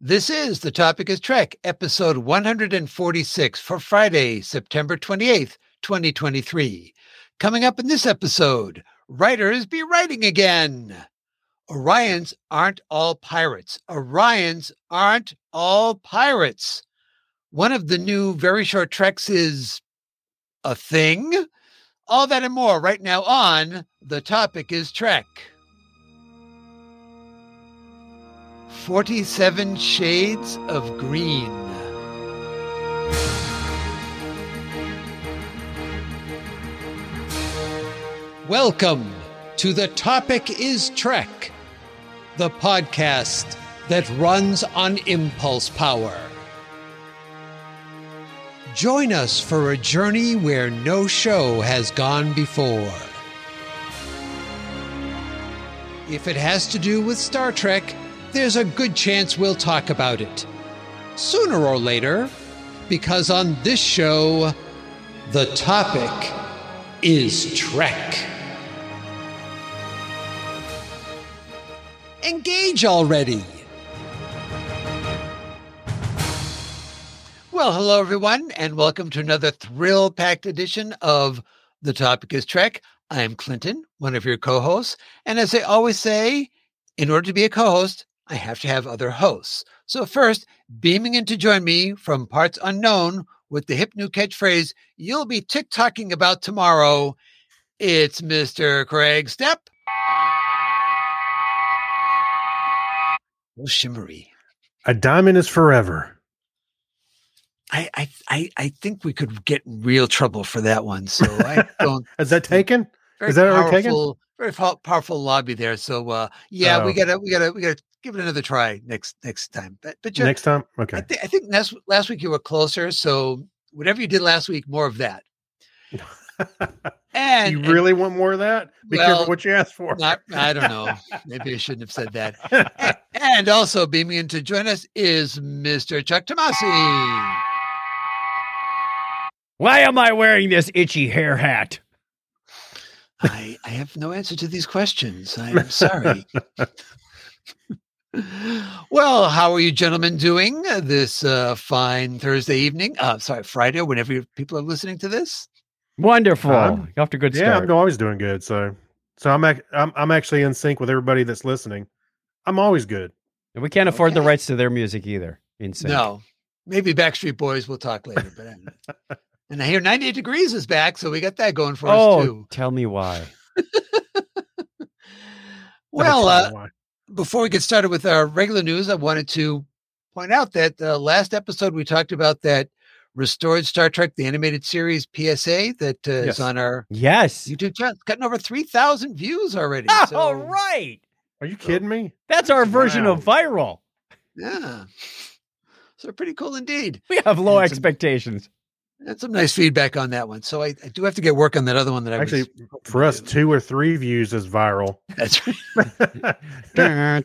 This is The Topic is Trek, episode 146 for Friday, September 28th, 2023. Coming up in this episode, writers be writing again. Orions aren't all pirates. Orions aren't all pirates. One of the new very short treks is a thing. All that and more right now on The Topic is Trek. 47 Shades of Green. Welcome to The Topic is Trek, the podcast that runs on impulse power. Join us for a journey where no show has gone before. If it has to do with Star Trek, there's a good chance we'll talk about it sooner or later, because on this show, the topic is Trek. Engage already. Well, hello, everyone, and welcome to another thrill packed edition of The Topic is Trek. I am Clinton, one of your co hosts. And as I always say, in order to be a co host, I have to have other hosts. So first, beaming in to join me from parts unknown with the hip new catchphrase you'll be tick-tocking about tomorrow. It's Mr. Craig Step. Oh, shimmery. A diamond is forever. I, I I I think we could get in real trouble for that one. So I don't. Is that taken? Very Is that already taken? powerful, very pow- powerful lobby there. So uh, yeah, we Oh. gotta we gotta we gotta give it another try next next time. But but you're, Next time? I, Okay. thi- I think last last week you were closer, so whatever you did last week, more of that. And you and really want more of that? Be Well, careful what you ask for. not, I don't know. Maybe I shouldn't have said that. A- And also beaming in to join us is Mr. Chuck Tomasi. Why am I wearing this itchy hair hat? I, I have no answer to these questions. I'm sorry. well, how are you gentlemen doing this uh, fine Thursday evening? Uh, sorry, Friday, whenever you- people are listening to this. Wonderful. Um, Off to a good yeah, start. I'm always doing good. So, so I'm, ac- I'm I'm actually in sync with everybody that's listening. I'm always good. And we can't afford the Okay. rights to their music either. Insane. No, maybe Backstreet Boys. We'll talk later. But I don't know. and I hear 98 Degrees is back, so we got that going for us Oh, too. tell me why. Well, uh, Why? before we get started with our regular news, I wanted to point out that uh, last episode we talked about that restored Star Trek the animated series PSA that uh, is Yes. on our Yes. YouTube channel. It's gotten over three thousand views already. Ah, so, All right. are you kidding me? That's our version of viral. Yeah. So pretty cool indeed. We have low It's a- expectations. That's some nice feedback on that one. So I, I do have to get work on that other one that I Actually, was hoping For to us, do. two or three views is viral. That's right.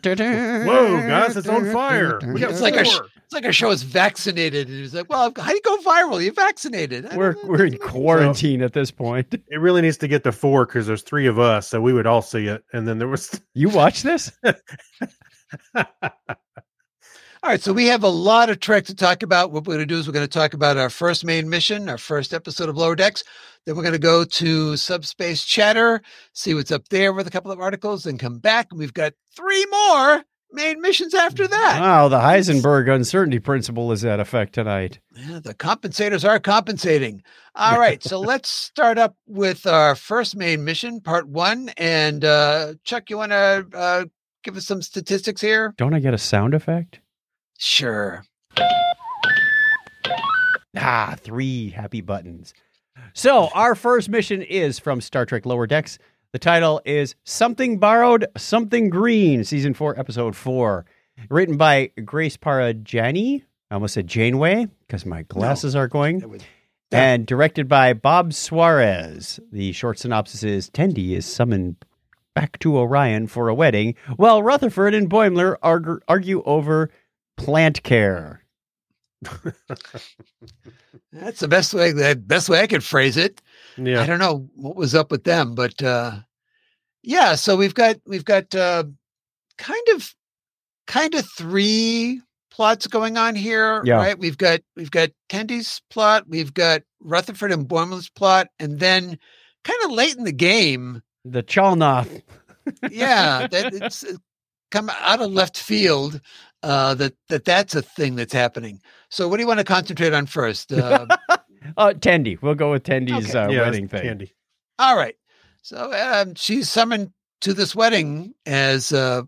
Whoa, Whoa, guys, it's on fire. We got It's like a sh- four. It's like our show is vaccinated. And it's like, well, how do you go viral? You're vaccinated. I We're don't know. we're in quarantine at this point. it really needs to get to four because there's three of us, so we would all see it. And then there was You watch this? All right, so we have a lot of Trek to talk about. What we're going to do is we're going to talk about our first main mission, our first episode of Lower Decks. Then we're going to go to Subspace Chatter, see what's up there with a couple of articles, and come back. And we've got three more main missions after that. Wow, the Heisenberg uncertainty principle is at effect tonight. Yeah, the compensators are compensating. All right, so let's start up with our first main mission, part one. And uh, Chuck, you want to uh, give us some statistics here? Don't I get a sound effect? Sure. Ah, three happy buttons. So, our first mission is from Star Trek Lower Decks. The title is Something Borrowed, Something Green, Season 4, Episode 4. Written by Grace Parajani. I almost said Janeway because my glasses are going. That was- And directed by Bob Suarez. The short synopsis is Tendi is summoned back to Orion for a wedding, while Rutherford and Boimler argue, argue over plant care. That's the best way. The best way I could phrase it. I yeah, don't know what was up with them, but uh yeah, so we've got we've got uh kind of kind of three plots going on here, Yeah. right? We've got we've got Tendy's plot, we've got Rutherford and Bournemouth's plot, and then kind of late in the game, The Chalnoth. yeah, that it's uh, come out of left field. Uh, that that that's a thing that's happening. So, what do you want to concentrate on first? Uh, Uh, Tendy. We'll go with Tendy's Okay. uh, yeah, wedding it's thing. Candy. All right. So um, she's summoned to this wedding, as uh,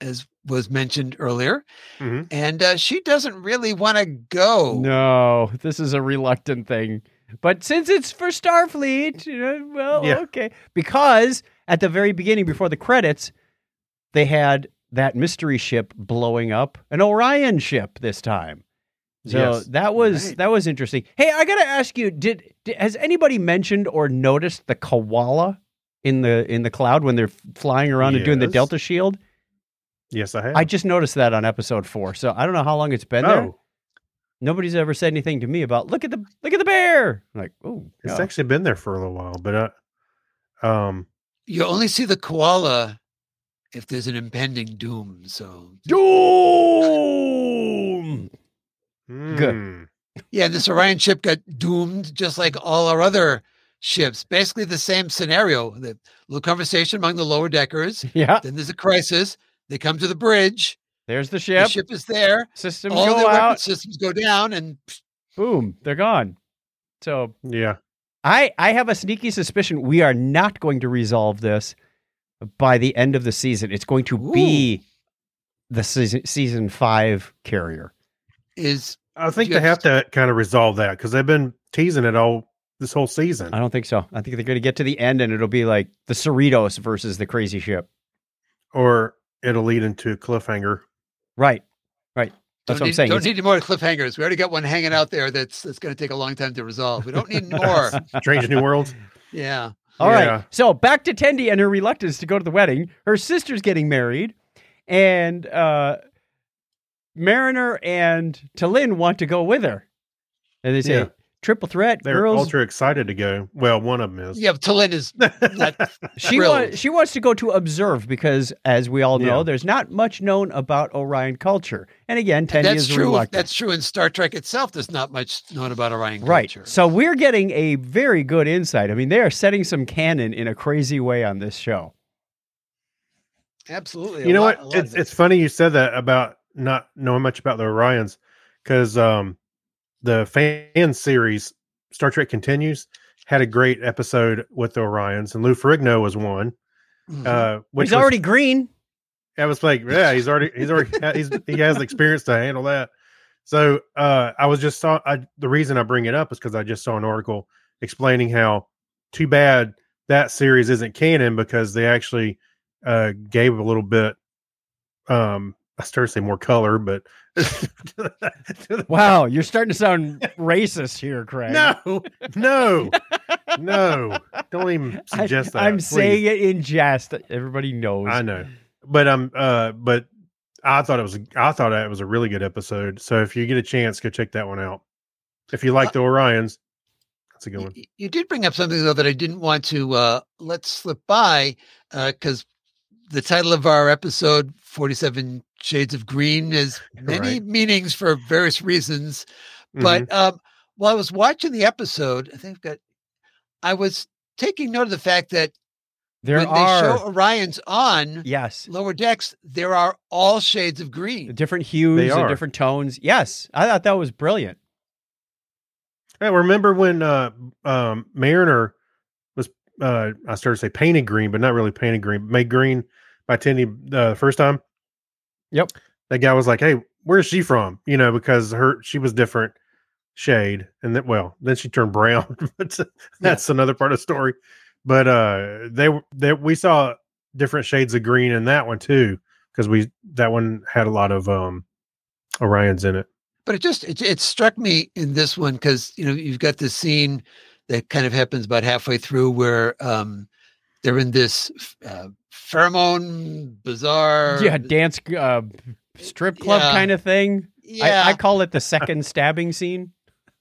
as was mentioned earlier, Mhm. and uh, she doesn't really want to go. Mm-hmm. No, this is a reluctant thing. But since it's for Starfleet, you know, well, Yeah. okay. Because at the very beginning, before the credits, they had that mystery ship blowing up an Orion ship this time. So Yes. that was Right. that was interesting. Hey, I gotta ask you: did, did has anybody mentioned or noticed the koala in the in the cloud when they're flying around and doing the Yes. Delta Shield? Yes, I have. I just noticed that on episode four. So I don't know how long it's been there. oh, Nobody's ever said anything to me about look at the look at the bear. I'm like, oh, it's yeah. actually been there for a little while, but uh, um, You only see the koala if there's an impending doom. So doom. Good. hmm, yeah, this Orion ship got doomed, just like all our other ships. Basically, the same scenario. The little conversation among the lower deckers. Yeah, Then there's a crisis. They come to the bridge. there's the ship. The ship is there. Systems all their go weapon out. systems go down, and Boom, they're gone. So Yeah, I I have a sneaky suspicion we are not going to resolve this by the end of the season. It's going to be the season season five carrier. is I think they Just- have to kind of resolve that because they've been teasing it all this whole season. I don't think so. I think they're going to get to the end and it'll be like the Cerritos versus the crazy ship. or it'll lead into a cliffhanger. Right, right. That's Don't what need, I'm saying. Don't It's- need any more cliffhangers. We already got one hanging out there that's that's going to take a long time to resolve. We don't need more. Strange New Worlds. yeah. All right. Yeah. So back to Tendi and her reluctance to go to the wedding. Her sister's getting married, and uh, Mariner and Talin want to go with her. And they say, Yeah. triple threat, They're girls. ultra excited to go. Well, one of them is. Yeah, but Talin is not she, thrilled. wa- she wants to go to observe because, as we all know, Yeah. there's not much known about Orion culture. And again, Tendi that's is true. reluctant. That's true in Star Trek itself. There's not much known about Orion Right. culture. So we're getting a very good insight. I mean, they are setting some canon in a crazy way on this show. Absolutely. you A know lot- a what? lot of It's, it. it's funny you said that about not knowing much about the Orions because um, the fan series Star Trek Continues had a great episode with the Orions, and Lou Ferrigno was one. Mhm. Uh, which He's was- already green. I was like, yeah, he's already he's already he's, he has the experience to handle that. So uh, I was just saw I, the reason I bring it up is because I just saw an article explaining how too bad that series isn't canon because they actually uh, gave a little bit. Um, I started to say more color, but Wow, you're starting to sound racist here, Craig. no, no, no! Don't even I, suggest that. am please. saying it in jest. Everybody knows. I know, but um, uh, but I thought it was I thought it was a really good episode. So if you get a chance, go check that one out. If you like the Orions, that's a good You, one. you- you did bring up something though that I didn't want to uh, let slip by because the title of our episode, "47 Shades of Green," has many Right. meanings for various reasons. Mhm. But Mm-hmm. um, while I was watching the episode, I think I've got, I was taking note of the fact that there when are they show Orion's on yes, lower decks, there are all shades of green. different hues They and are. different tones. Yes, I thought that was brilliant. Hey, remember when uh, um, Mariner was uh, I started to say painted green, but not really painted green, but made green by Tindy uh, the first time. Yep. that guy was like, "Hey, where's she from?" You know, because her she was different shade, and then well, then she turned brown. but that's another part of the story. But uh, they were they we saw different shades of green in that one too, because we that one had a lot of um Orions in it. But it just it, it struck me in this one because you know you've got this scene that kind of happens about halfway through where um, they're in this uh, pheromone bizarre Yeah, dance uh, strip club Yeah. kind of thing. yeah I, I call it the second stabbing scene.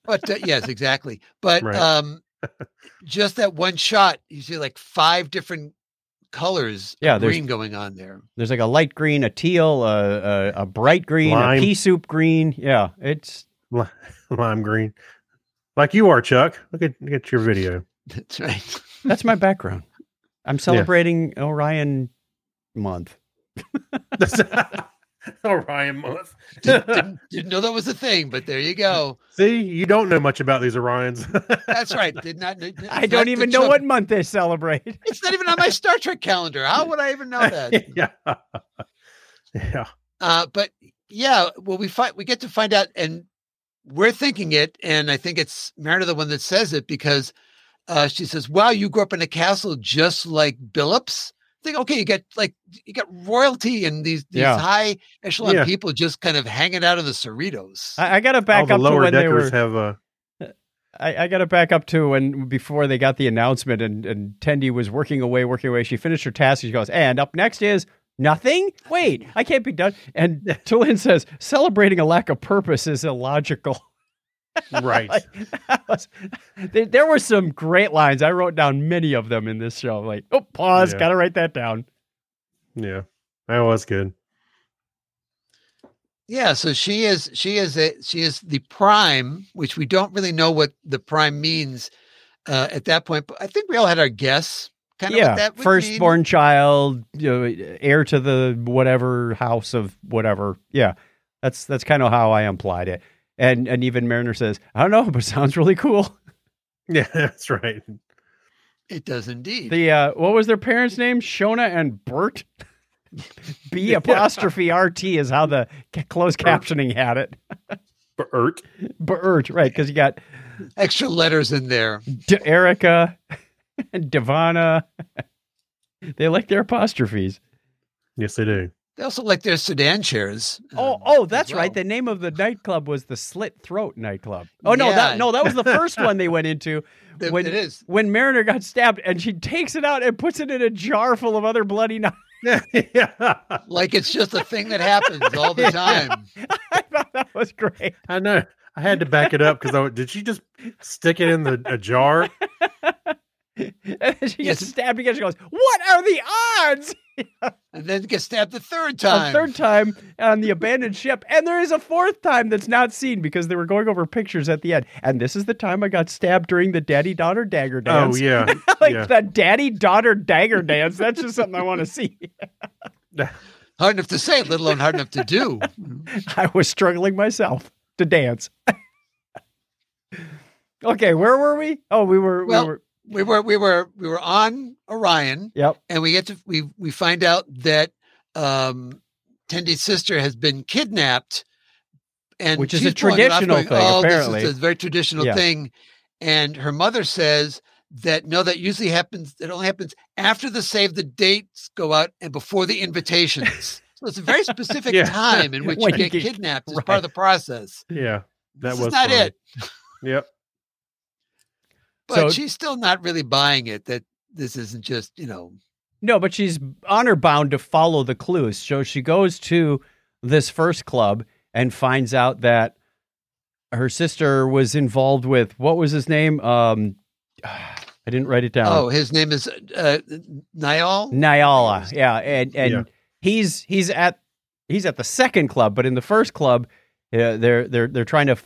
but uh, yes exactly but Right. um just that one shot you see like five different colors of Yeah, there's- green going on there. There's like a light green, a teal, a a, a bright green, Lime. a pea soup green. Yeah, it's lime green, like you are, Chuck. Look at look at your video. That's right. that's my background. I'm celebrating Orion month. Orion month. didn't, didn't know that was a thing, but there you go. See, you don't know much about these Orions. That's right. Did not. kn- I don't not even the know Chuck- what month they celebrate. It's not even on my Star Trek calendar. How would I even know that? yeah, yeah. Uh, but yeah, well, we find we get to find out, and we're thinking it, and I think it's Mariner the one that says it because uh, she says, "Wow, you grew up in a castle just like Billups." I think okay, you get like you got royalty and these these Yeah. high echelon Yeah. people just kind of hanging out in the Cerritos. I, I gotta All back the up to lower when they deckers were. have uh, a. I, I gotta back up to when before they got the announcement, and and Tendy was working away, working away. She finished her task. She goes, and up next is. Nothing? Wait, I can't be done. And Tulin says, celebrating a lack of purpose is illogical. right. Like, that was- there, there were some great lines. I wrote down many of them in this show. Like, oh, pause. Yeah. Got to write that down. Yeah, that was good. Yeah, so she is she is a she is the prime, which we don't really know what the prime means uh, at that point. But I think we all had our guess, kind of yeah, what that would mean. firstborn child, you know, heir to the whatever house of whatever. Yeah, that's that's kind of how I implied it. And and even Mariner says, I don't know, but it sounds really cool. Yeah, that's right. It does indeed. The uh, what was their parents' name? Shona and Bert. B apostrophe RT is how the ca- closed Bert. captioning had it. Bert. Bert, right? Because you got Extra letters in there. D- Erica and Devana. they like their apostrophes. Yes, they do. They also like their sedan chairs. Oh, um, oh, as that's right. well. The name of the nightclub was the Slit Throat nightclub. Oh no, Yeah. that no, that was the first one they went into Th- when- it is. when Mariner got stabbed, and she takes it out and puts it in a jar full of other bloody knives. yeah, Like it's just a thing that happens all the time. I thought that was great. I know. I had to back it up because did she just stick it in the a jar? And then she Yes. gets stabbed again. She goes, "What are the odds?" And then get stabbed the third A time. third time on the abandoned ship. And there is a fourth time that's not seen because they were going over pictures at the end. And this is the time I got stabbed during the daddy daughter dagger Oh dance. yeah, like yeah. the daddy daughter dagger dance. That's just something I want to see. Hard enough to say, let alone hard enough to do. I was struggling myself to dance. okay, where were we? Oh, we were. Well- we were We were we were we were on Orion. yep. and we get to we we find out that um Tendy's sister has been kidnapped and Which is a she's blowing it off, traditional going, thing, "Oh, apparently." this is a very traditional Yeah. thing and her mother says that no that usually happens it only happens after the save the dates go out and before the invitations so it's a very specific Yeah. time in which you When you get, get- kidnapped as right. part of the process yeah. That this was is not funny. it Yep. but So- she's still not really buying it that this isn't just you know No, but she's honor bound to follow the clues. So she goes to this first club and finds out that her sister was involved with what was his name? Um, I didn't write it down. oh his name is uh, Niall Nyala. Yeah, and and Yeah. he's he's at he's at the second club, but in the first club, uh, they're they're they're trying to f-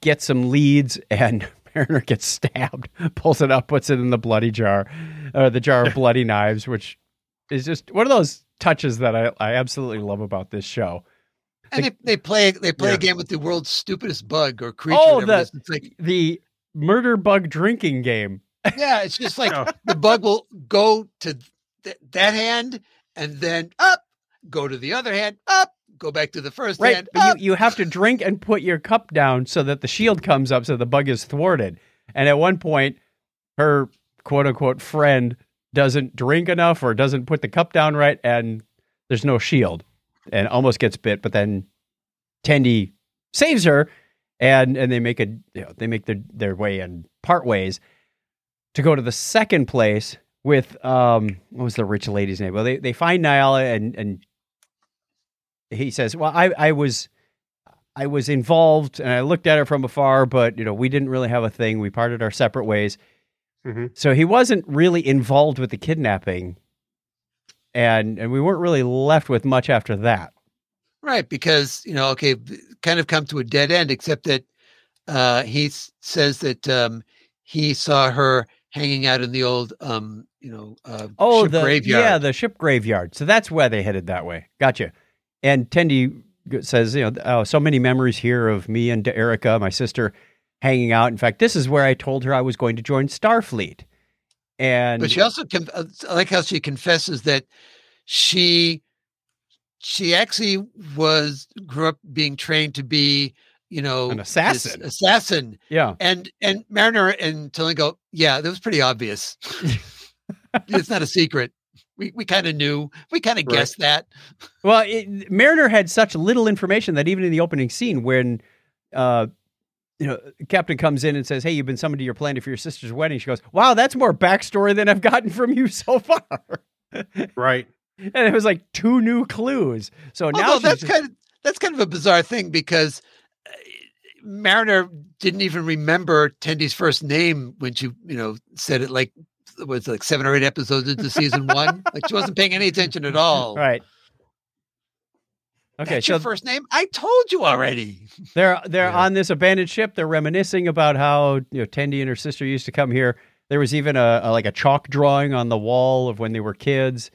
get some leads, and Mariner gets stabbed, pulls it up, puts it in the bloody jar, or the jar of bloody knives, which is just one of those touches that I, I absolutely love about this show. And Like- they, they play they play Yeah. a game with the world's stupidest bug or creature. Oh, whatever it the- is. it's like The murder bug drinking game. yeah, it's just like Oh. the bug will go to th- that hand and then up, go to the other hand, up, go back to the first Right, hand, up. but you, you have to drink and put your cup down so that the shield comes up so the bug is thwarted. And at one point, her quote unquote friend doesn't drink enough or doesn't put the cup down right, and there's no shield and almost gets bit, but then Tendy saves her and and they make a you know, they make their, their way and part ways to go to the second place with um what was the rich lady's name? Well they, they find Nyala and and he says, "Well, I, I was, I was involved, and I looked at her from afar, but you know, we didn't really have a thing. We parted our separate ways. Mm-hmm. Mhm. So he wasn't really involved with the kidnapping, and and we weren't really left with much after that. Right, because you know, okay, b- kind of come to a dead end, except that uh, he s- says that um, he saw her hanging out in the old, um, you know, uh, Oh, ship the graveyard. yeah, the ship graveyard. So that's why they headed that way. Gotcha. And Tendy g- says, you know, oh, so many memories here of me and Erica, my sister, hanging out. In fact, this is where I told her I was going to join Starfleet. And but she also, con- uh, I like how she confesses that she she actually was grew up being trained to be, you know, An this assassin. assassin, yeah, and and Mariner and Tilling go, yeah, that was pretty obvious. it's not a secret. We we kind of knew. We kind of Right. guessed that. Well, it, Mariner had such little information that even in the opening scene, when uh, you know Captain comes in and says, "Hey, you've been summoned to your planet for your sister's wedding," she goes, "Wow, that's more backstory than I've gotten from you so far." Right. and it was like two new clues. So now Although she's that's just- kind of that's kind of a bizarre thing because uh, Mariner didn't even remember Tendy's first name when she you know said it like it was like seven or eight episodes into season one. Like she wasn't paying any attention at all. right. Okay, That's so your first name. I told you already. they're they're Yeah. on this abandoned ship. They're reminiscing about how you know Tendy and her sister used to come here. There was even a, a- like a chalk drawing on the wall of when they were kids.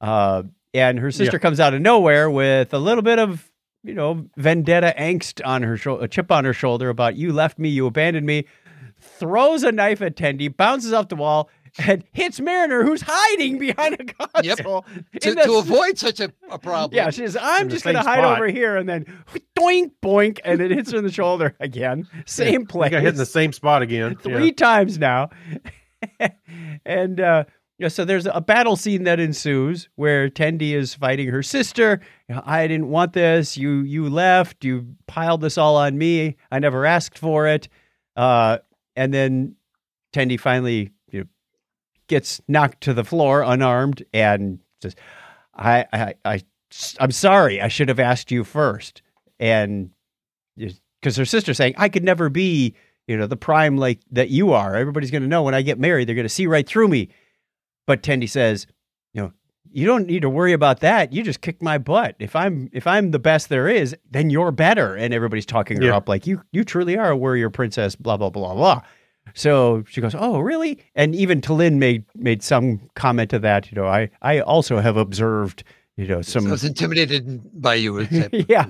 Uh, and her sister comes out of nowhere with a little bit of you know vendetta angst on her shoulder, a chip on her shoulder about you left me, you abandoned me. Throws a knife at Tendy, bounces off the wall, and hits Mariner, who's hiding behind a Yep. console. To, in the to avoid such a, a problem. yeah, she says, I'm In the just going to same hide spot. over here. And then doink, boink, and it hits her in the shoulder again. Same I place. got hit in the same spot again. three times now. and uh, yeah, so there's a battle scene that ensues where Tendi is fighting her sister. You know, I didn't want this. You you left. You piled this all on me. I never asked for it. Uh, and then Tendi finally you know, gets knocked to the floor unarmed and says, I, I, I, I'm sorry. I should have asked you first. And because her sister's saying, I could never be, you know, the prime like that you are. Everybody's going to know when I get married, they're going to see right through me. But Tendy says, you know, you don't need to worry about that. You just kicked my butt. If I'm if I'm the best there is, then you're better. And everybody's talking her Yeah. up like you you truly are a warrior princess. Blah blah blah blah. So she goes, "Oh, really?" And even Talin made made some comment to that. You know, I I also have observed, you know, some I was intimidated by you. It's a- yeah.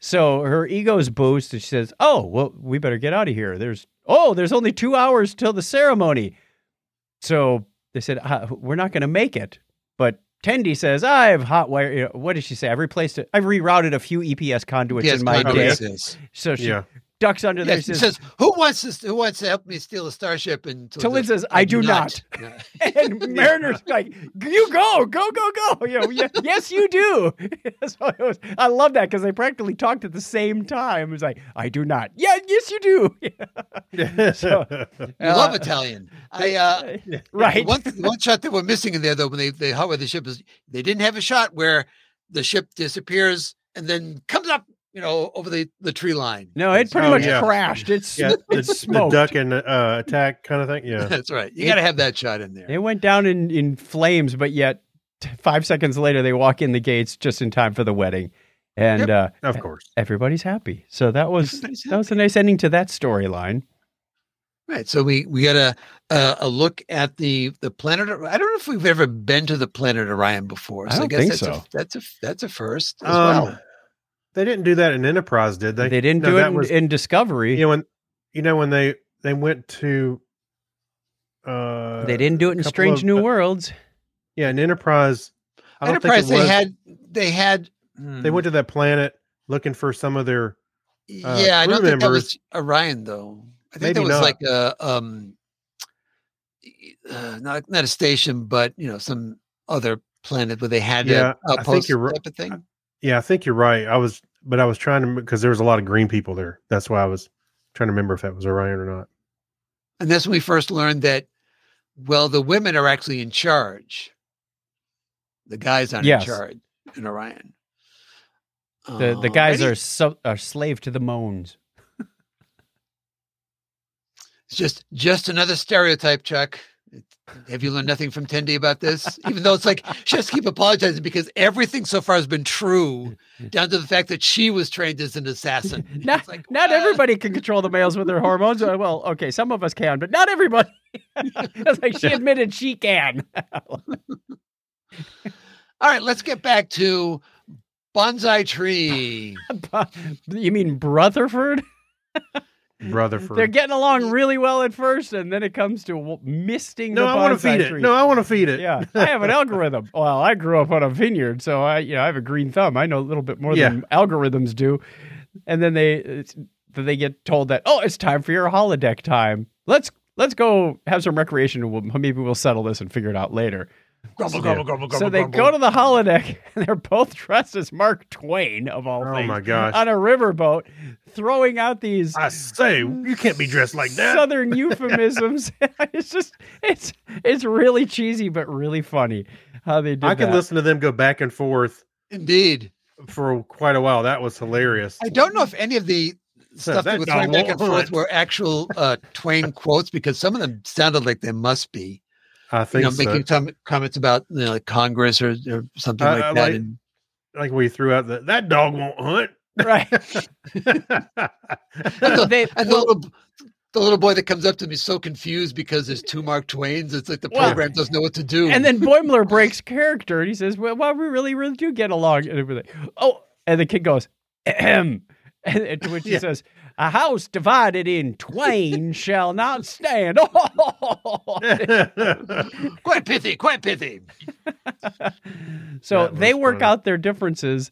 So her ego's boost, and she says, "Oh, well, we better get out of here. There's oh, there's only two hours till the ceremony." So they said, uh, "We're not going to make it." But Tendy says, "I have hot wire. you know, What did she say? I've replaced it. I've rerouted a few EPS conduits yes, in my Conrad day." conduits. says. So she Yeah. ducks under Yeah, there. she says, says, "Who wants this? Who wants to help me steal a starship?" And Tilly Tilly goes, says, "I do Yeah. and Mariner's like, "You go, go, go, go!" You know, "Ye- yes, you do. so it was, I love that because they practically talked at the same time. It was like, "I do not." Yeah, yes, you do. Yeah. So- You love Uh, Italian. I uh, The right? One, the one shot that we're missing in there, though, when they they hover the ship is they didn't have a shot where the ship disappears and then comes up, you know, over the the tree line. No, it pretty Oh, much yeah. crashed. It's yeah, the, it's the smoked. duck and uh, attack kind of thing. Yeah. that's right. You got to have that shot in there. it went down in in flames, but yet t- five seconds later they walk in the gates just in time for the wedding, and Yep. uh, Of course. everybody's happy. So that was Everybody's that was a nice ending to that storyline. Right. So we we got a a, a look at the the planet. Or- I don't know if we've ever been to the planet Orion before. I So don't guess think that's so. A, that's a that's a first as Um, well. They didn't do that in Enterprise, did They, they? didn't No, do it that in, was- in Discovery. You know when you know when they they went to. Uh, they didn't do it in couple Strange of- New uh, Worlds. Yeah, in Enterprise. I don't Enterprise. Think They it was. had they had hmm. They went to that planet looking for some of their. uh, yeah, I crew don't think that members. was Orion though. I think that Maybe was not. like a um, uh, not not a station, but you know, some other planet where they had Yeah, a I think outpost you're ri- type of thing. Yeah, I think you're right. I was, but I was trying to because there was a lot of green people there. That's why I was trying to remember if that was Orion or not. And that's when we first learned that. Well, the women are actually in charge. The guys aren't Yes. in charge in Orion. Um, The the guys Alrighty. are so, are slave to the moans. It's just just another stereotype, Chuck. It's Have you learned nothing from Tendy about this? Even though it's like she has to keep apologizing because everything so far has been true, down to the fact that she was trained as an assassin. Not- It's like, Not "Ah." everybody can control the males with their hormones. Uh, Well, okay, some of us can, but not everybody. It's like she admitted she can. All right, let's get back to bonsai tree. you mean Rutherford? Rutherford. Mm-hmm. They're getting along really well at first, and then it comes to w- misting no, the I want to bonsai feed it. tree. No, I want to feed it. yeah, I have an algorithm. Well, I grew up on a vineyard, so I, you know, I have a green thumb. I know a little bit more than algorithms do. And then they, it's, then they get told that, oh, it's time for your holodeck time. Let's let's go have some recreation, and we'll, maybe we'll settle this and figure it out later. Grumble, So- grumble, grumble, grumble. so they grumble. go to the holodeck, and they're both dressed as Mark Twain of all Oh things my gosh. on a riverboat, throwing out these I say you can't be dressed like that. Southern euphemisms. it's just it's it's really cheesy but really funny how they did I can that. listen to them go back and forth Indeed. for quite a while. That was hilarious. I don't know if any of the stuff that that was thrown back and don't forth want. were actual uh, Twain quotes because some of them sounded like they must be. I You think know, so. making com- comments about you know, like Congress or, or something I- like I that. like- and like we threw out the, that dog won't hunt. right. they, and the, well, little, the little boy that comes up to me is so confused because there's two Mark Twains. It's like the Well, program doesn't know what to do. and then Boimler breaks character and he says, "Well, well we really, really do get along." And we're like, "Oh," and the kid goes, "Ahem," and, and to which he Yeah. says, "A house divided in twain shall not stand." quite pithy, quite pithy. so That they was work funny. out their differences,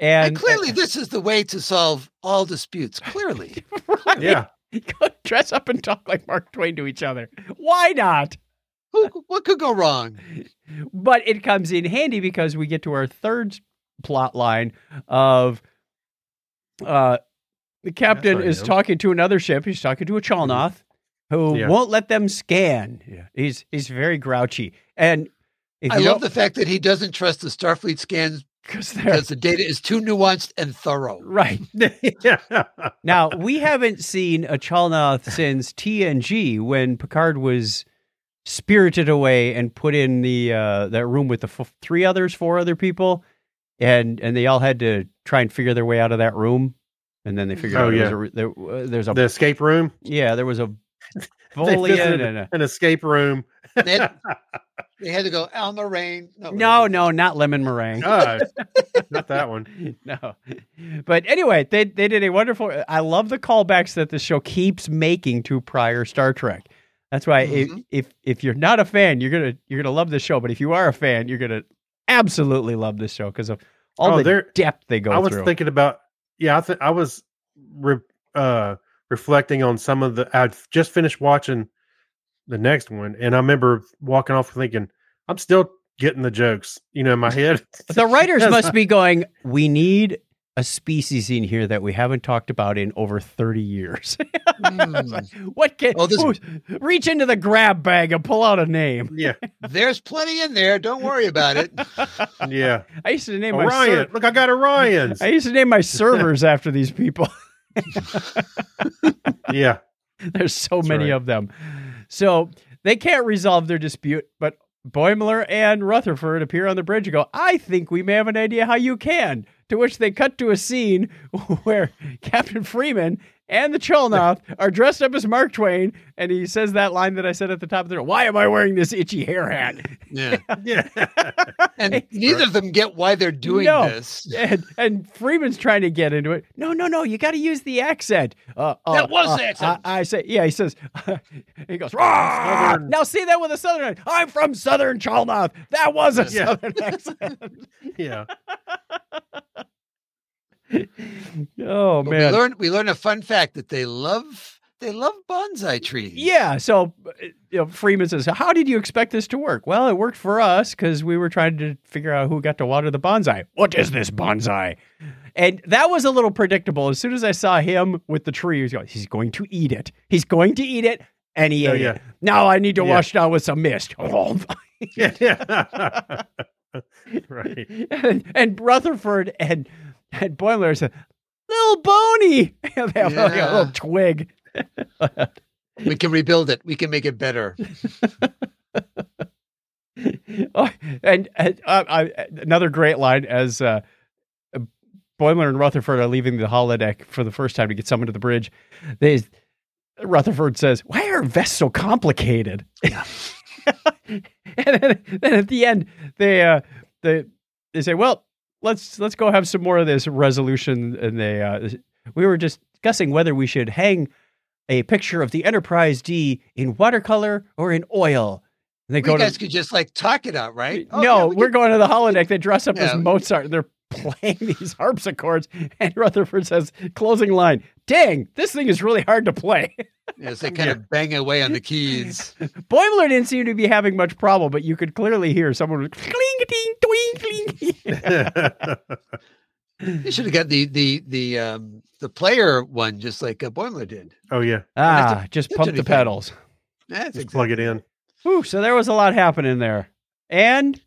And, and clearly, this is the way to solve all disputes. Clearly, Right. yeah. Go dress up and talk like Mark Twain to each other. Why not? Who, what could go wrong? But it comes in handy because we get to our third plot line of uh, the captain I is know. talking to another ship. He's talking to a Chalnoth who Yeah. won't let them scan. He's he's very grouchy. And if I you love the fact that he doesn't trust the Starfleet scans because they're because the data is too nuanced and thorough. right. yeah. Now, we haven't seen a Chalnoth since TNG when Picard was spirited away and put in the uh, that room with the f- three others, four other people, and and they all had to try and figure their way out of that room, and then they figured Oh, out yeah. there was a, there, uh, there's a The escape room. yeah there was a They Volian visited and a, An escape room. They had, they had to go Alma Rain. Oh, no no not lemon meringue. God, not that one. no. But anyway, they they did a wonderful I love the callbacks that the show keeps making to prior Star Trek. That's why Mm-hmm. Mhm. if, if if you're not a fan, you're going to you're going to love this show, but if you are a fan, you're going to absolutely love this show because of all Oh, the they're- depth they go I was through. thinking about. Yeah, I think I was re- uh, reflecting on some of the. I'd just finished watching the next one, and I remember walking off thinking, "I'm still getting the jokes," you know, in my head. the writers Yes, must I- be going, we need a species in here that we haven't talked about in over 30 years. Mm. what can Oh, this- who's- reach into the grab bag and pull out a name? yeah, There's plenty in there. Don't worry about it. yeah. I used to name my Orion, ser- look, I got Orion's. I used to name my servers after these people. yeah, There's so That's many right. of them. So they can't resolve their dispute, but Boimler and Rutherford appear on the bridge and go, I think we may have an idea how you can. To which they cut to a scene where Captain Freeman and the Cholnoth are dressed up as Mark Twain, and he says that line that I said at the top of the Why am I wearing this itchy hair hat? Yeah. yeah. And neither of them get why they're doing No. this. And, and Freeman's trying to get into it. No, no, no. You got to use the accent. Uh, uh, That was uh, the accent. I, I say, yeah. He says, he goes. "Rah!" Southern. Now see that with a southern. I'm from Southern Chalmouth. That was a Yeah. southern accent. yeah. oh But man. We learn we learn a fun fact that they love they love bonsai trees. Yeah. So uh, you know, Freeman says, "How did you expect this to work?" Well, it worked for us because we were trying to figure out who got to water the bonsai. What is this bonsai? And that was a little predictable. As soon as I saw him with the tree, he was going, "He's going to eat it. He's going to eat it." And he Oh, ate yeah. it. Now I need to Yeah. wash down with some mist. Yeah. yeah. right. and, and Rutherford and and Boimler said, "Little bony." they have like a Yeah. little twig. We can rebuild it. We can make it better. Oh, and and, uh, I, another great line as uh, Boimler and Rutherford are leaving the holodeck for the first time to get someone to the bridge. They, Rutherford says, "Why are vests so complicated?" and then, then at the end, they uh, they they say, "Well, let's let's go have some more of this resolution." And they uh, we were just discussing whether we should hang a picture of the Enterprise D in watercolor or in oil. And they You go guys to, could just like talk it out, right? Oh, yeah, no, we we are could- going to the holodeck. They dress up as Yeah. Mozart. They're playing these harpsichords. And Rutherford says, closing line, dang, this thing is really hard to play. Yes, they kind of bang away on the keys. Boimler didn't seem to be having much problem, but you could clearly hear someone was cling, ding, twing, cling. They should have got the the the um the player one, just like uh, Boimler did. oh yeah, ah, just that's pump the anything. pedals. That's just plug it in. Whew, so there was a lot happening there. And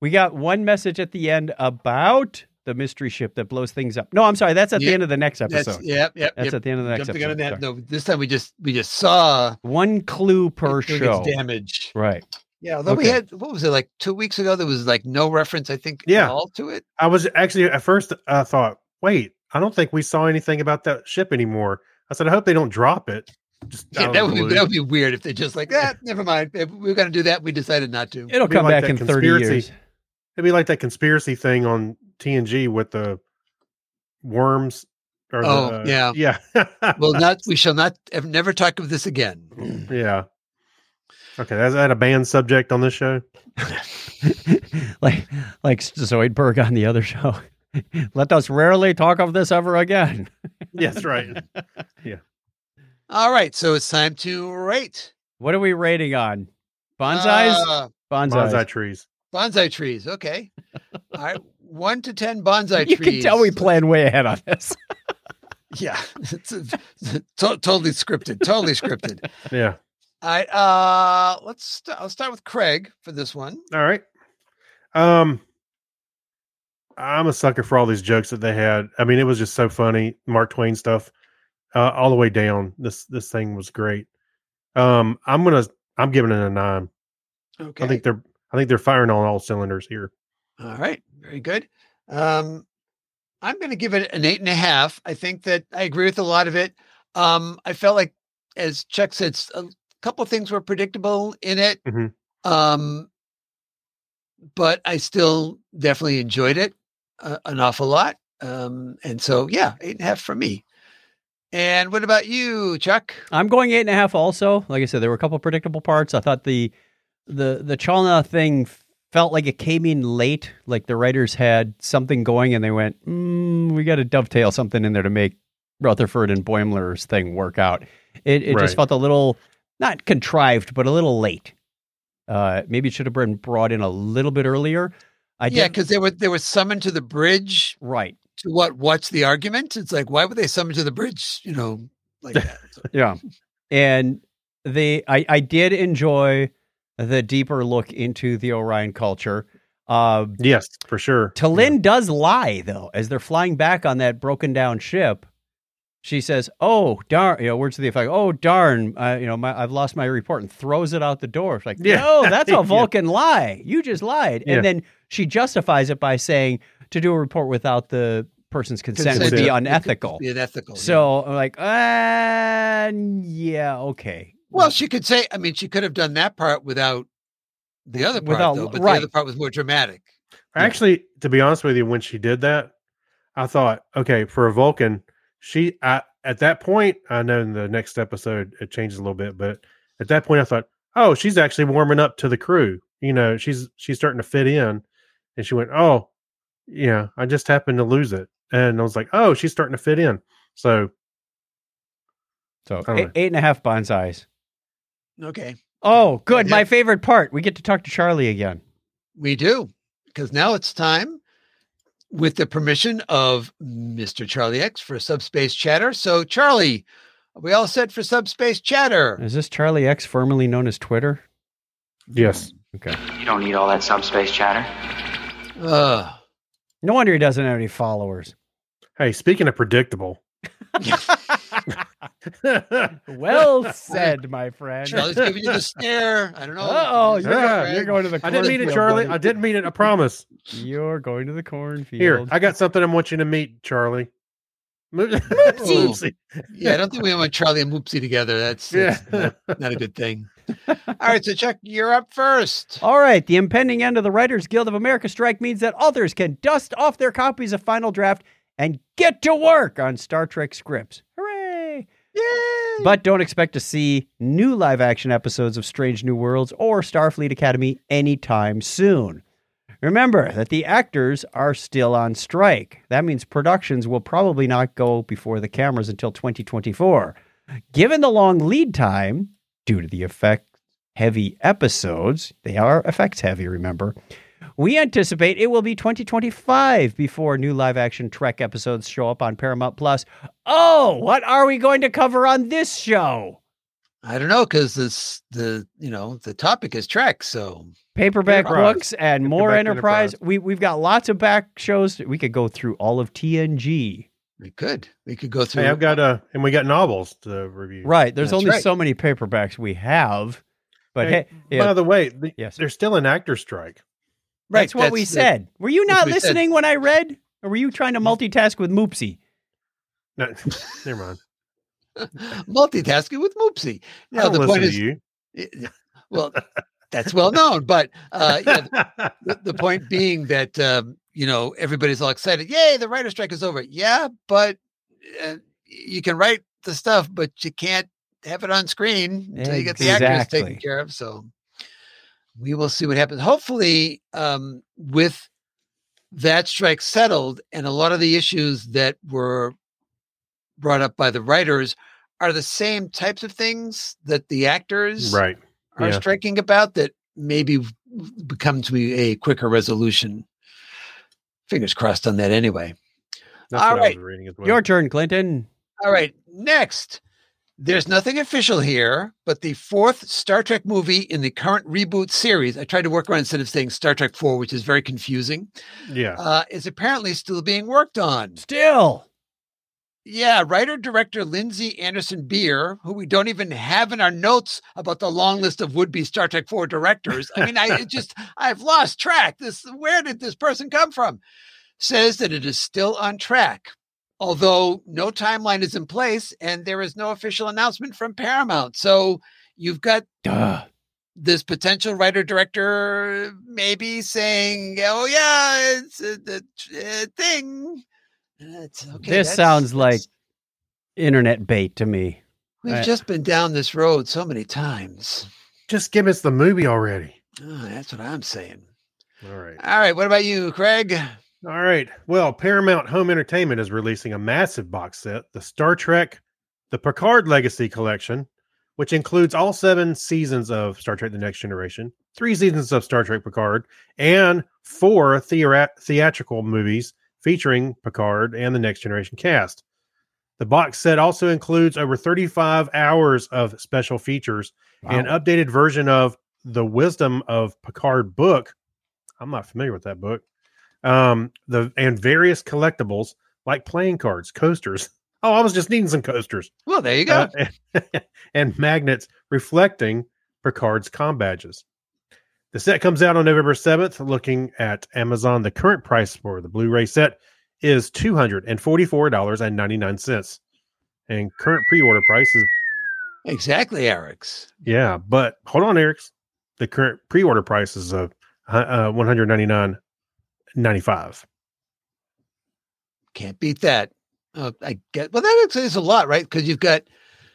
we got one message at the end about the mystery ship that blows things up. No, I'm sorry. That's at the Yeah, end of the next episode. That's, yep, yep, That's yep. at the end of the next Jumping episode. on that. sorry. No, this time we just we just saw One clue per it doing show. its damage. Right. Yeah, although we Okay. had what was it like two weeks ago? There was like no reference, I think, Yeah. at all to it. I was actually at first I thought, wait, I don't think we saw anything about that ship anymore. I said, I hope they don't drop it. Just Yeah, out that of would the be blue. that would be weird if they just like that. never mind. If we were gonna do that. We decided not to. It'll Be come like back that in 30 conspiracy. years. It'd be like that conspiracy thing on TNG with the worms. Or Oh, the, uh, yeah. yeah, Well, not we shall not have never talk of this again. yeah. Okay, that's that a banned subject on this show. like like Zoidberg on the other show. Let us rarely talk of this ever again. Yes, right. All right, so it's time to rate What are we rating on? Bonsais? Uh, bonsais. Bonsai trees. bonsai trees. Okay, all right, one to ten bonsai you trees. can tell we plan way ahead on this. Yeah, it's, it's to- totally scripted. Totally scripted. Yeah. All right, uh, let's. St- I'll start with Craig for this one. All right. Um, I'm a sucker for all these jokes that they had. I mean, it was just so funny. Mark Twain stuff, uh, all the way down. This this thing was great. Um, I'm gonna I'm giving it a nine. Okay. I think they're I think they're firing on all cylinders here. All right, very good. Um, I'm going to give it an eight and a half. I think that I agree with a lot of it. Um, I felt like, as Chuck said, s- a couple of things were predictable in it, Mhm. um, but I still definitely enjoyed it uh, an awful lot. Um, and so, yeah, eight and a half for me. And what about you, Chuck? I'm going eight and a half. Also, like I said, there were a couple predictable parts. I thought the the the Chalna thing felt like it came in late. Like the writers had something going, and they went, mm, "We got to dovetail something in there to make Rutherford and Boimler's thing work out." It it just Right. felt a little not contrived, but a little late. Uh, maybe it should have been brought in a little bit earlier. I yeah, did because they were they were summoned to the bridge right. to what what's the argument it's like why would they summon to the bridge you know like that So, Yeah. And they I, I did enjoy the deeper look into the Orion culture. Uh Yes, for sure. Talin does lie though, as they're flying back on that broken down ship. She says, "Oh darn!" You know, words to the effect, "Oh darn!" Uh, you know, my, I've lost my report, and throws it out the door. It's like, Yeah. no, that's Yeah. a Vulcan lie. You just lied, Yeah. and then she justifies it by saying to do a report without the person's consent would be Consent. unethical. be unethical Oh, yeah. So I'm like, uh, yeah, okay. well she could say i mean she could have done that part without the other part Without- though, but right. the other part was more dramatic Yeah. Actually, to be honest with you, when she did that, I thought, okay, for a Vulcan, she I at that point, I know in the next episode it changes a little bit, but at that point I thought, oh, she's actually warming up to the crew. You know, she's she's starting to fit in. And she went, Oh, yeah, I just happened to lose it. And I was like, Oh, she's starting to fit in. So So don't eight, know. eight and a half bonsais. okay Oh, good. Yeah. My favorite part. We get to talk to Charlie again. we do because now it's time with the permission of mr charlie x for subspace chatter so charlie are we all set for subspace chatter Is this Charlie X, formerly known as Twitter? yes. Okay. You don't need all that subspace chatter. uh, No wonder he doesn't have any followers. Hey, speaking of predictable, Well said, my friend. Charlie's giving you the stare. I don't know. Oh, you're, Yeah. go- you're going to the. I didn't mean it, cornfield, Charlie. buddy. I didn't mean it. I promise. You're going to the cornfield. Here, I got something I want you to meet, Charlie. Mo- Moopsie. yeah, I don't think we want Charlie and Moopsie together. That's, Yeah. that's not, not a good thing. All right, so Chuck, you're up first. All right, the impending end of the Writers Guild of America strike means that authors can dust off their copies of Final Draft and get to work on Star Trek scripts. Hooray! Yay! But don't expect to see new live action episodes of Strange New Worlds or Starfleet Academy anytime soon. Remember that the actors are still on strike. That means productions will probably not go before the cameras until 2024. Given the long lead time, due to the effect heavy episodes, they are effects heavy, remember. We anticipate it will be 2025 before new live action Trek episodes show up on Paramount Plus. Oh, what are we going to cover on this show? I don't know because this the you know the topic is Trek, so Paperback Enterprise. books and more Paperback enterprise. Enterprise. We we've got lots of back shows. We could go through all of TNG. we could we could go through. Hey, I've got uh, and we got novels to review. Right. There's That's only right. so many paperbacks we have. But hey, Hey, yeah, By the way, the, Yes. there's still an actor strike. Right, that's what we the- said. Were you that's what not we said. Mm. listening when I read? Or were you trying to multitask with Moopsy? No, never mind. multitasking with Moopsie. I No, don't the listen point to is, you. Yeah, well, that's well known, but uh, yeah, the, the point being that um, you know everybody's all excited. Yay, the writer strike is over. Yeah, but uh, you can write the stuff, but you can't have it on screen until you get the actors Exactly. taken care of. So we will see what happens. Hopefully, um, with that strike settled and a lot of the issues that were brought up by the writers are the same types of things that the actors right. are Yeah. striking about that maybe becomes me a quicker resolution. Fingers crossed on that anyway. That's All what I right. was reading as well. Your turn, Clinton. All right, next. There's nothing official here, but the fourth Star Trek movie in the current reboot series, I tried to work around instead of saying Star Trek 4, which is very confusing, yeah. uh, is apparently still being worked on. Still. Yeah, writer director Lindsay Anderson Beer, who we don't even have in our notes about the long list of would be Star Trek 4 directors. I mean, I it just, I've lost track. This, where did this person come from? Says that it is still on track, although no timeline is in place and there is no official announcement from Paramount. So you've got Duh. this potential writer director maybe saying, "Oh yeah, it's a, the uh, thing." And It's, okay, This that's- sounds like that's- internet bait to me. We've Right. just been down this road so many times. Just give us the movie already. Ah, that's what I'm saying. All right. All right, what about you, Craig? All right. Well, Paramount Home Entertainment is releasing a massive box set, the Star Trek, the Picard Legacy Collection, which includes all seven seasons of Star Trek The Next Generation, three seasons of Star Trek Picard, and four theora- theatrical movies featuring Picard and the Next Generation cast. The box set also includes over 35 hours of special features, an Wow. updated version of the Wisdom of Picard book. I'm not familiar with that book. Um, the and various collectibles like playing cards, coasters. Oh, I was just needing some coasters Well, there you go. uh, and, magnets reflecting Picard's com badges. The set comes out on November 7th. Looking at Amazon, the current price for the Blu ray set is $244.99. And current pre order price is, exactly, Eric's. yeah, but hold on, Eric's. The current pre order price is uh, hu- uh, $199.95. Can't beat that. Uh, I get. Well, that actually is a lot, right? Because you've got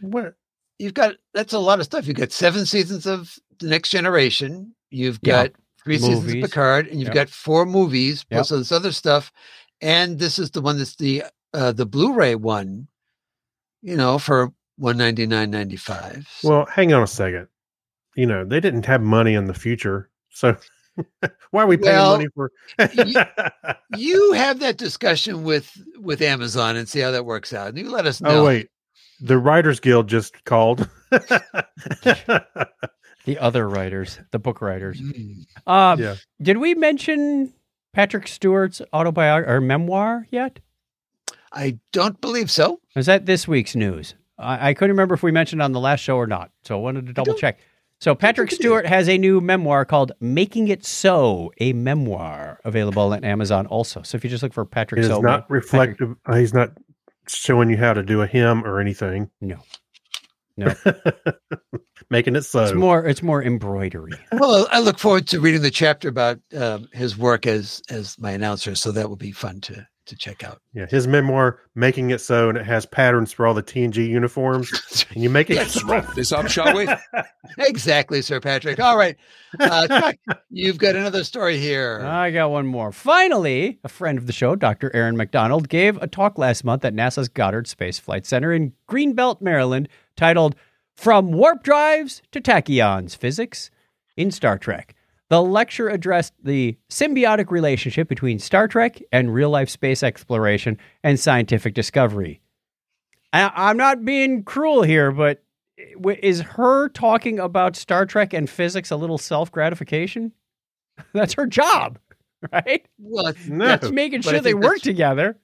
What? you've got that's a lot of stuff. You've got seven seasons of the Next Generation. You've Yeah. got three seasons Movies. of Picard, and you've Yep. got four movies plus all this other stuff. And this is the one that's the uh, the Blu-ray one. You know, for one ninety nine ninety five. Well, hang on a second. You know, they didn't have money in the future. So why are we paying Well, money for? you have that discussion with with Amazon and see how that works out, and you let us know. Oh, wait. The Writers Guild just called. The other writers, the book writers. Mm. Um, Yeah. Did we mention Patrick Stewart's autobiography or memoir yet? I don't believe so. Or Is that this week's news? I, I couldn't remember if we mentioned on the last show or not, so I wanted to double don't- check. So Patrick we did. Stewart has a new memoir called "Making It So," a memoir available on Amazon also. So if you just look for Patrick, It is so not reflective. Uh, he's not showing you how to do a hymn or anything. No. No. Making it so. it's more it's more embroidery. Well, I look forward to reading the chapter about um, his work as as my announcer, so that will be fun to to check out. yeah, his memoir, Making It So, and it has patterns for all the TNG uniforms. And you make it Let's wrap this up, shall we? exactly, Sir Patrick. All right, uh, Chuck, you've got another story here. Uh, I got one more. Finally, a friend of the show, Dr. Aaron McDonald, gave a talk last month at NASA's Goddard Space Flight Center in Greenbelt, Maryland, titled From Warp Drives to Tachyons Physics in Star Trek. The lecture addressed the symbiotic relationship between Star Trek and real life space exploration and scientific discovery. I- I'm not being cruel here, but w- is her talking about Star Trek and physics a little self gratification? That's her job, right? well, it's- No. That's making but I sure they think that's- work together.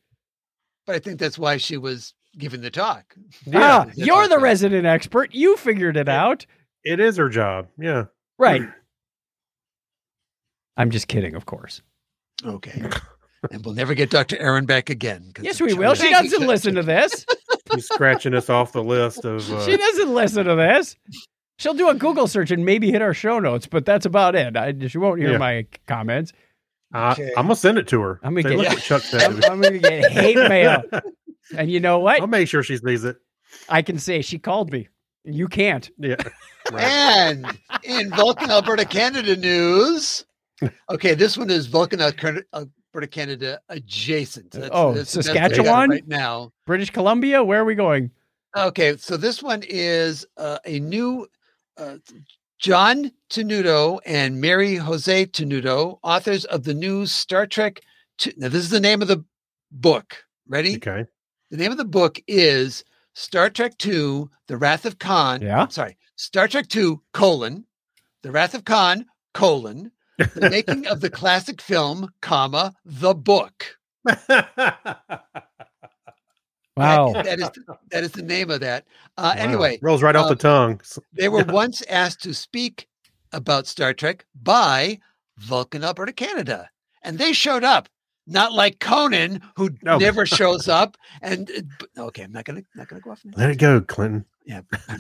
but I think that's why she was giving the talk. Ah, That's you're the okay. resident expert. You figured it out. It is her job. Yeah. Right. I'm just kidding, of course. Okay. And we'll never get Dr. Aaron back again. 'cause Yes, I'm we sure- will. She Thank you, doesn't Chuck. listen to this. He's scratching us off the list of. Uh, She doesn't listen to this. She'll do a Google search and maybe hit our show notes, but that's about it. I, she won't hear Yeah. my comments. I, Okay. I'm going to send it to her. I'm gonna Say, get- look Yeah. what Chuck said. I'm, I'm going to get hate mail. And you know what? I'll make sure she sees it. I can say she called me. You can't. Yeah. Right. And in Vulcan, Alberta, Canada news. Okay, this one is Vulcan, Alc- Alberta, Canada adjacent. Oh, the best we got Saskatchewan? right now. British Columbia? Where are we going? Okay, so this one is uh, a new uh, John Tenuto and Mary Jose Tenuto, authors of the new Star Trek. Two now, this is the name of the book. Ready? Okay. The name of the book is Star Trek II: The Wrath of Khan. Yeah. I'm sorry, Star Trek II: colon, The Wrath of Khan colon, The Making of the Classic Film, comma The Book. Uh, Wow. That- that is that is the name of that. Uh, Wow. Anyway, rolls right off the tongue. S- they were once asked to speak about Star Trek by Vulcan Alberta Canada, and they showed up. Not like Conan, who No. never shows up. And uh, okay, I'm not gonna not gonna go off. on that. Let it go, Clinton.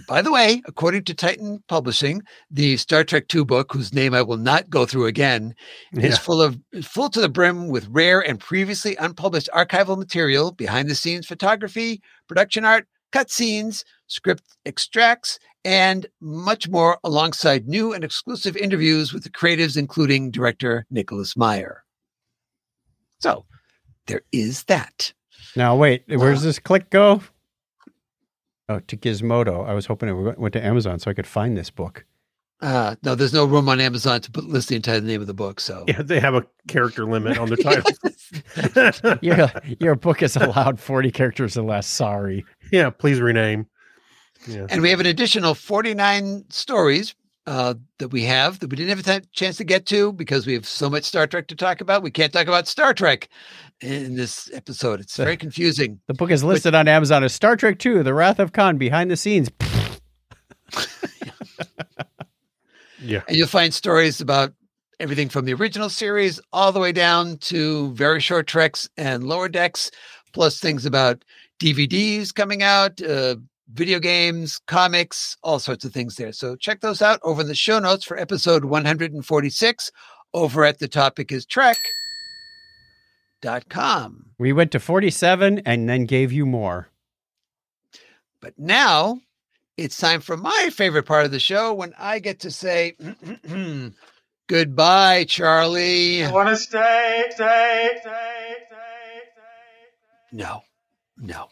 By the way, according to Titan Publishing, the Star Trek II book, whose name I will not go through again, Yeah. is full of is full to the brim with rare and previously unpublished archival material, behind the scenes photography, production art, cutscenes, script extracts, and much more, alongside new and exclusive interviews with the creatives, including director Nicholas Meyer. So there is that. Now, wait, where's this click go? Oh, to Gizmodo. I was hoping it went- went to Amazon so I could find this book. Uh, no, there's no room on Amazon to put, list the entire name of the book. So Yeah, they have a character limit on their titles. Your, your book is allowed 40 characters or less. Sorry. yeah, please rename. Yeah. And we have an additional 49 stories uh, that we have that we didn't have a ti- chance to get to because we have so much Star Trek to talk about. We can't talk about Star Trek in this episode. It's very confusing. The book is listed on Amazon as Star Trek II, The Wrath of Khan, Behind the Scenes. Yeah. And you'll find stories about everything from the original series all the way down to very short treks and lower decks, plus things about DVDs coming out, uh, video games, comics, all sorts of things there. So check those out over in the show notes for episode 146 over at the topic is trek.com. We went to 47 and then gave you more. But now it's time for my favorite part of the show when I get to say goodbye, Charlie. I want to stay, stay, stay, stay, stay. No, no,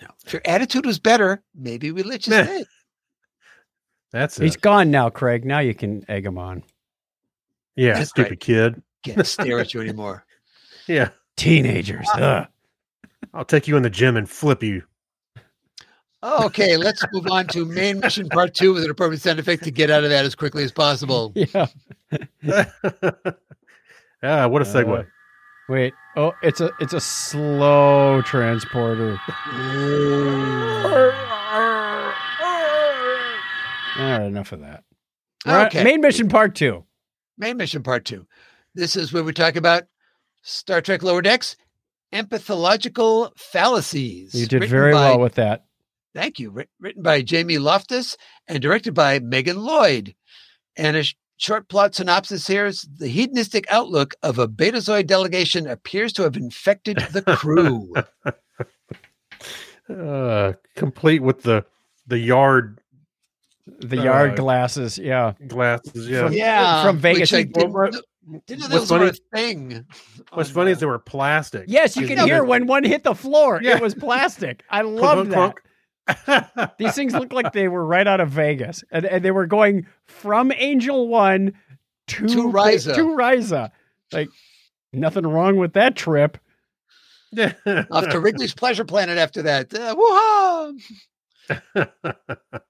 no. If your attitude was better, maybe we let you Meh. stay. That's He's it. gone now, Craig. Now you can egg him on. Yeah, That's stupid right. kid. Can't stare at you anymore. Yeah. Teenagers. Ugh. I'll take you in the gym and flip you. Oh, Okay, let's move on to main mission part two with an appropriate sound effect to get out of that as quickly as possible. Yeah. ah, what a segue. Uh, Wait. Oh, it's a it's a slow transporter. enough of that. We're on- Okay. Main mission part two. Main mission part two. This is where we talk about Star Trek Lower Decks empathological fallacies. You did written very by- well with that. Thank you. Writ- Written by Jamie Loftus and directed by Megan Lloyd. And a sh- short plot synopsis here is the hedonistic outlook of a Betazoid delegation appears to have infected the crew. Uh, complete with the the yard The yard Uh, glasses. Yeah. glasses. Yeah. From- from which Vegas. I You- didn't, Well, know- didn't know what's those were a funny- thing. What's on, funny uh, is they were plastic. Yes, you can hear when one hit the floor. Yeah. It was plastic. I love that. that. These things look like they were right out of Vegas, and, and they were going from Angel One to To Risa. To Risa, like nothing wrong with that trip. uh, off to Wrigley's Pleasure Planet after that. Uh, woo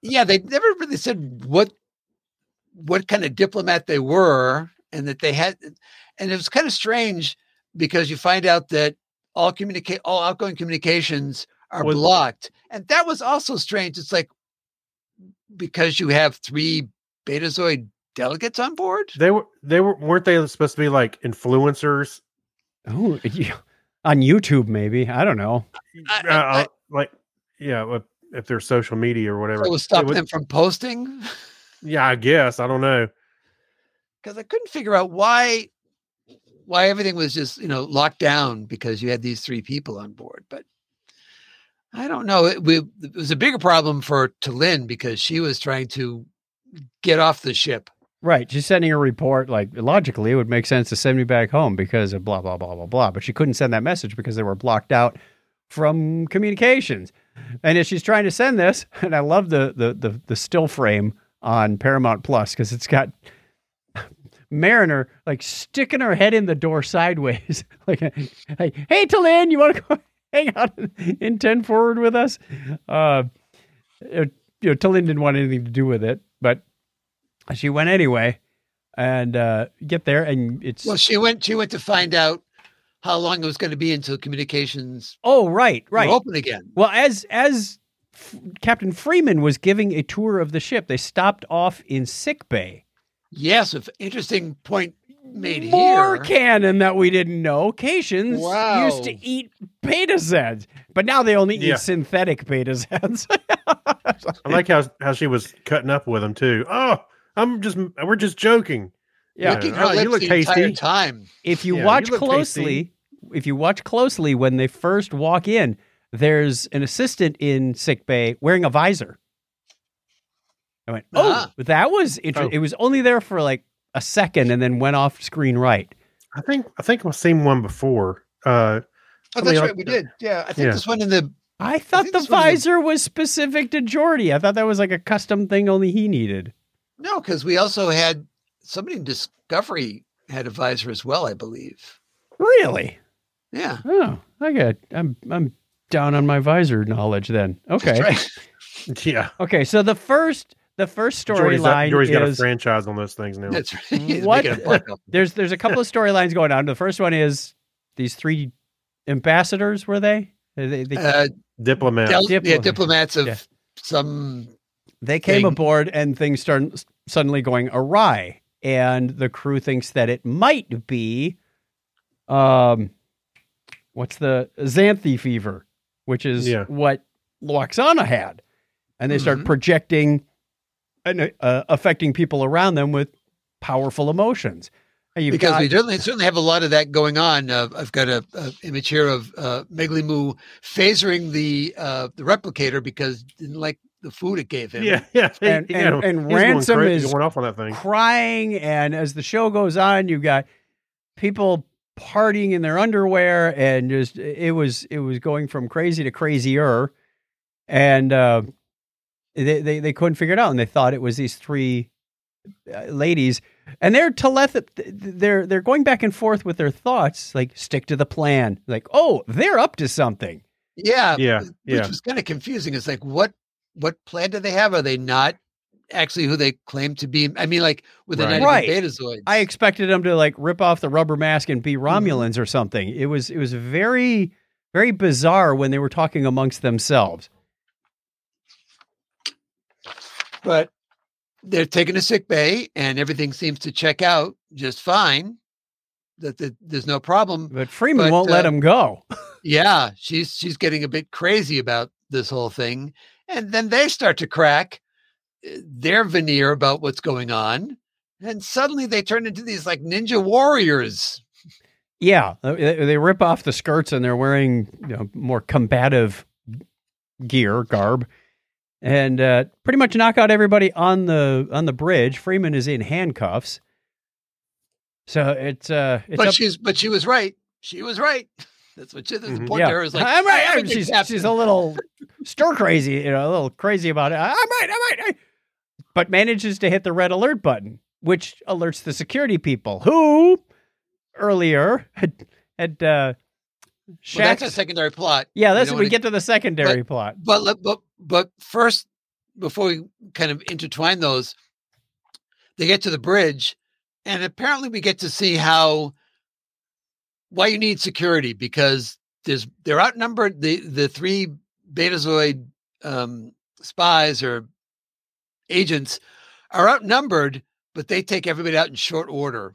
yeah, they never really said what what kind of diplomat they were, and that they had, and it was kind of strange because you find out that all communicate all outgoing communications are Was- blocked, and that was also strange. It's like because you have three Betazoid delegates on board. they were they were weren't they supposed to be like influencers? Oh, on YouTube maybe. I don't know. I- uh, I- uh, like yeah, if- if they're social media or whatever. That will It stop was- them from posting. Yeah, I guess I don't know. because I couldn't figure out why why everything was just you know locked down because you had these three people on board. But I don't know. It, we, it was a bigger problem for Talin because she was trying to get off the ship. Right, she's sending a report. Like logically, it would make sense to send me back home because of blah blah blah blah blah. But she couldn't send that message because they were blocked out from communications. And as she's trying to send this, and I love the the the, the still frame on Paramount Plus because it's got Mariner like sticking her head in the door sideways, like, like "Hey, Talin, you want to go hang out in ten forward with us?" Uh, it- you know, Talin didn't want anything to do with it, but she went anyway and uh, get there and it's Well, she went. She went to find out how long it was going to be until communications oh right right were open again. well as as F- captain freeman was giving a tour of the ship they stopped off in sick bay Yes, if interesting point made more here. canon that we didn't know cations Wow. used to eat beta zeds but now they only Yeah. eat synthetic beta zeds I like how how she was cutting up with him too. Oh, I'm just we're just joking. yeah Licking Yeah. her Oh, you lips look the entire tasty. time. if you Yeah, you watch look closely, if you watch closely when they first walk in, there's an assistant in sick bay wearing a visor. I went, oh, Ah. that was Oh. interesting. It was only there for like a second and then went off screen right. I think I think I've seen one before. Uh, Oh, I that's mean, right. We I- did. Yeah, I think Yeah. this one in the I thought think the this one was a- visor was specific to Jordy. I thought that was like a custom thing only he needed. No, because we also had somebody in Discovery had a visor as well, I believe. Really? Yeah. Oh, I got. I'm I'm down on my visor knowledge then. Okay. That's right. yeah, Okay. So the first the first Jordy's got- storyline Jordy's got a is franchise on those things now. That's right. Making What? a buck up. there's there's a couple of storylines going on. The first one is these three ambassadors were they? They they, they- Uh, Diplomat. del- yeah, Diplomat. diplomats of Yeah. some. they came they- aboard and things start suddenly going awry, and the crew thinks that it might be, um, what's the xanthe fever, which is Yeah. what Loxana had, and they start Mhm. projecting and uh, affecting people around them with powerful emotions. And you've Because got- we certainly, certainly have a lot of that going on. Uh, I've got a, a image here of uh, Meglimu phasering the uh, the replicator because he didn't like the food it gave him. yeah, yeah. he- And- he and- had a- and he's going Ransom crazy is going off on that thing. crying. And as the show goes on, you've got people partying in their underwear and just it was it was going from crazy to crazier. And uh, they, they they couldn't figure it out, and they thought it was these three uh, ladies, and they're teleth they're they're going back and forth with their thoughts, like stick to the plan, like oh they're up to something. Yeah. Yeah, Which yeah. was kind of confusing. It's like, what what plan do they have? Are they not actually who they claim to be? I mean, like with the Right. right. Right. Betazoids. I expected them to like rip off the rubber mask and be Mm-hmm. Romulans or something. It was it was very very bizarre when they were talking amongst themselves. but they're taken to sick bay and everything seems to check out just fine. That that there's no Mm. problem. But Freeman But, won't let uh, him go. Yeah, she's she's getting a bit crazy about this whole thing, and then they start to crack uh, their veneer about what's going on, and suddenly they turn into these like ninja warriors. Yeah, uh, they, they rip off the skirts and they're wearing you know, more combative gear garb, and uh, pretty much knock out everybody on the on the bridge. Freeman is in handcuffs, so it's uh, it's but up- she's but she was right. She was right. That's what she, that's the Mhm. point Mm-hmm. yeah. to her is like I'm right. I'm- "Everything's she's, happening." she's a little stir crazy, you know, a little crazy about it. I'm right. I'm right. I, but manages to hit the red alert button, which alerts the security people who earlier had had uh, Well, that's Shaq's- a secondary plot. Yeah, that's don't we wanna- get to the secondary plot. But let- but but first, before we kind of intertwine those, they get to the bridge, and apparently we get to see how why you need security because there's they're outnumbered. The the three Betazoid um, spies or agents are outnumbered, but they take everybody out in short order.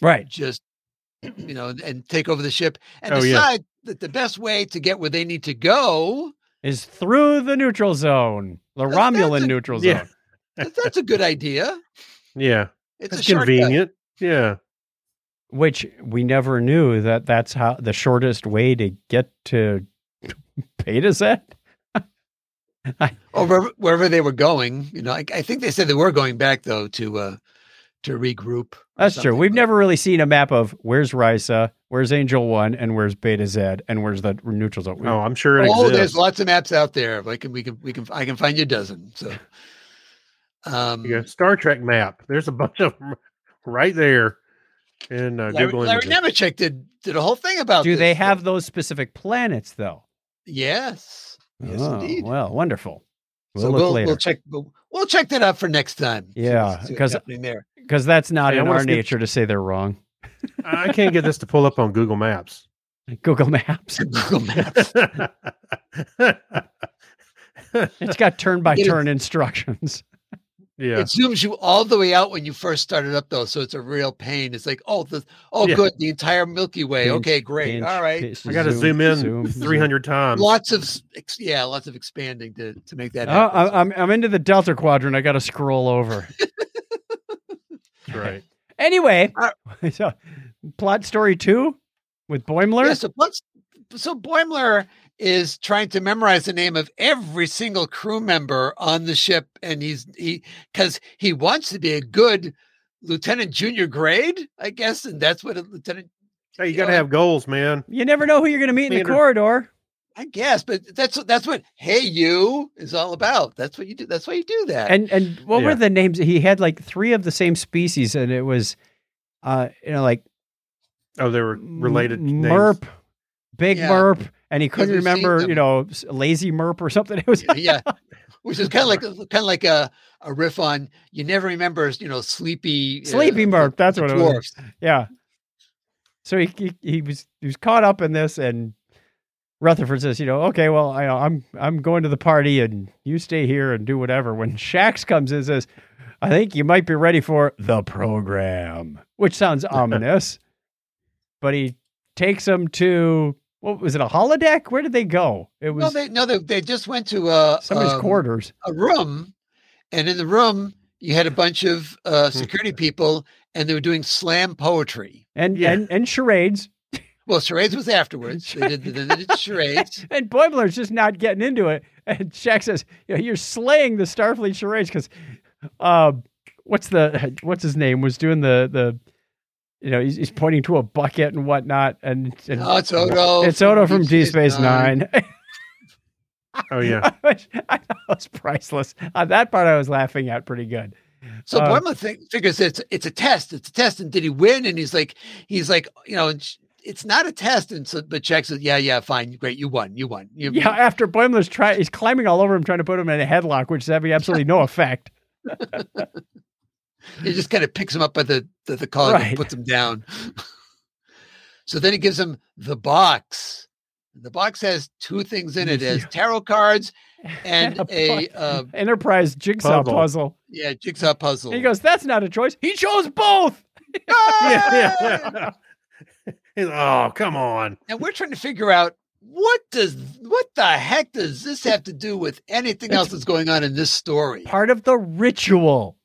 Right. just you know and, and take over the ship and Oh, yeah. decide that the best way to get where they need to go Is through the neutral zone. The That's- that's Romulan a- neutral zone. Yeah. that- that's a good idea Yeah, it's it's, a convenient convenient. Yeah, Which we never knew that that's how the shortest way to get to Beta Zed. or wherever, wherever they were going you know I, I think they said they were going back though to uh to regroup or That's true. something, We've but- never really seen a map of where's Risa, where's Angel One, and where's Beta Zed, and where's the neutral zone. We- oh, I'm sure it oh there's exists. lots of maps out there like we can we can i can find you a dozen so um Yeah, Star Trek map. There's a bunch of them right there. And uh, Larry, Google Larry Images. Nemechek did did a whole thing about Do this. they have those specific planets though? yes yes Oh, indeed Well, wonderful. We'll so look we'll, later. we'll check we'll, we'll check that out for next time. See Yeah, what's- see what's 'cause- happening there. Because that's not Hey, I in wanna our see if- nature to say they're wrong. I can't get this to pull up on Google Maps. Google Maps. Google Maps. It's got turn by It is- turn instructions. yeah. It zooms you all the way out when you first start it up, though, so it's a real pain. It's like, oh, the oh, Yeah. good, the entire Milky Way. Pinch, okay, great. Pinch, all right, pinch, I got to zoom in zoom, zoom. 300 times. lots of s- ex- yeah, lots of expanding to to make um, Oh, that happen. I- I'm I'm into the Delta Quadrant. I got to scroll over. That's right. Anyway, Uh, so, plot story two with Boimler. Yeah, so plus, so Boimler is trying to memorize the name of every single crew member on the ship, and he's he because he wants to be a good lieutenant junior grade, I guess, and that's what a lieutenant, Hey, you got to have goals, man. You never know who you're going to meet in the Leader. corridor. I guess. But that's that's what hey you is all about. That's what you do. That's why you do that. And and what were Uh, Yeah. the names? He had like three of the same species, and it was, uh, you know, like Oh, they were related M- names. Merp, Big Yeah. Merp, and he couldn't we've seen remember, them. you know, s- Lazy Merp or something. It was Uh, yeah, which is kind of like kind of like a, a riff on you never remember you know sleepy Sleepy uh, Merp. That's what it was. dwarfs. Yeah. So he, he he was he was caught up in this, and Rutherford says, you know, okay, well, I, I'm I'm going to the party, and you stay here and do whatever. When Shax comes in, and says, I think you might be ready for the program, which sounds ominous. But he takes him to what was it a holodeck? Where did they go? It was No, they no they, they just went to uh, somebody's um, quarters. a room, and in the room you had a bunch of uh, Hmm. security people, and they were doing slam poetry. and Yeah. and and charades. Well, charades was afterwards. They did, then they did charades. And Boimler's just not getting into it. And Shaq says, you know, "You're slaying the Starfleet charades because, um, what's the what's his name was doing the the, you know, he's, he's pointing to a bucket and whatnot, and, and Oh, it's Odo. it's Odo from D Space Nine. Oh, yeah. I was- I thought it was priceless. On that part, I was laughing at pretty good. So Uh, Boimler thi- figures it's it's a test. It's a test, and did he win? And he's like, he's like, you know, and sh- it's not a test. And so, but Jack says, yeah, yeah, fine, great, you won, you won. You, Yeah, after Boimler's try, he's climbing all over him trying to put him in a headlock, which is having absolutely no effect. He just kind of picks him up by the the, the collar Right. and puts him down. so then he gives him the box. The box has two things in it: it has tarot cards and And a a uh, Enterprise jigsaw Puzzle. puzzle. Yeah, jigsaw puzzle. And he goes, "That's not a choice." He chose both. yeah, Ah! yeah. He's, oh, come on. and we're trying to figure out what does what the heck does this have to do with anything else that's going on in this story? Part of the ritual.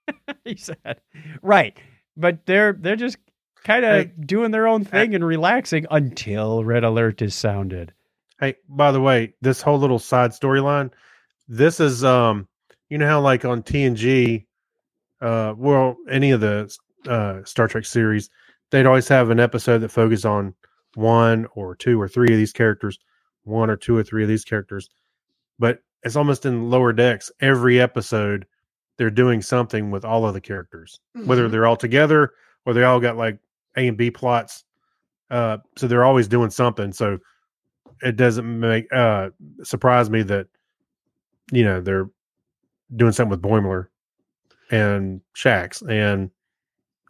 he said, "Right." But they're they're just kind of Hey. doing their own thing and relaxing until red alert is sounded. Hey, by the way, this whole little side storyline, this is um, you know how like on TNG, uh, well, any of the uh Star Trek series, they'd always have an episode that focused on one or two or three of these characters, one or two or three of these characters, but it's almost in lower decks. Every episode, they're doing something with all of the characters, Hmm. Mm-hmm. whether they're all together or they all got like A and B plots. Uh, so they're always doing something. So it doesn't make uh surprise me that you know they're doing something with Boimler and Shax and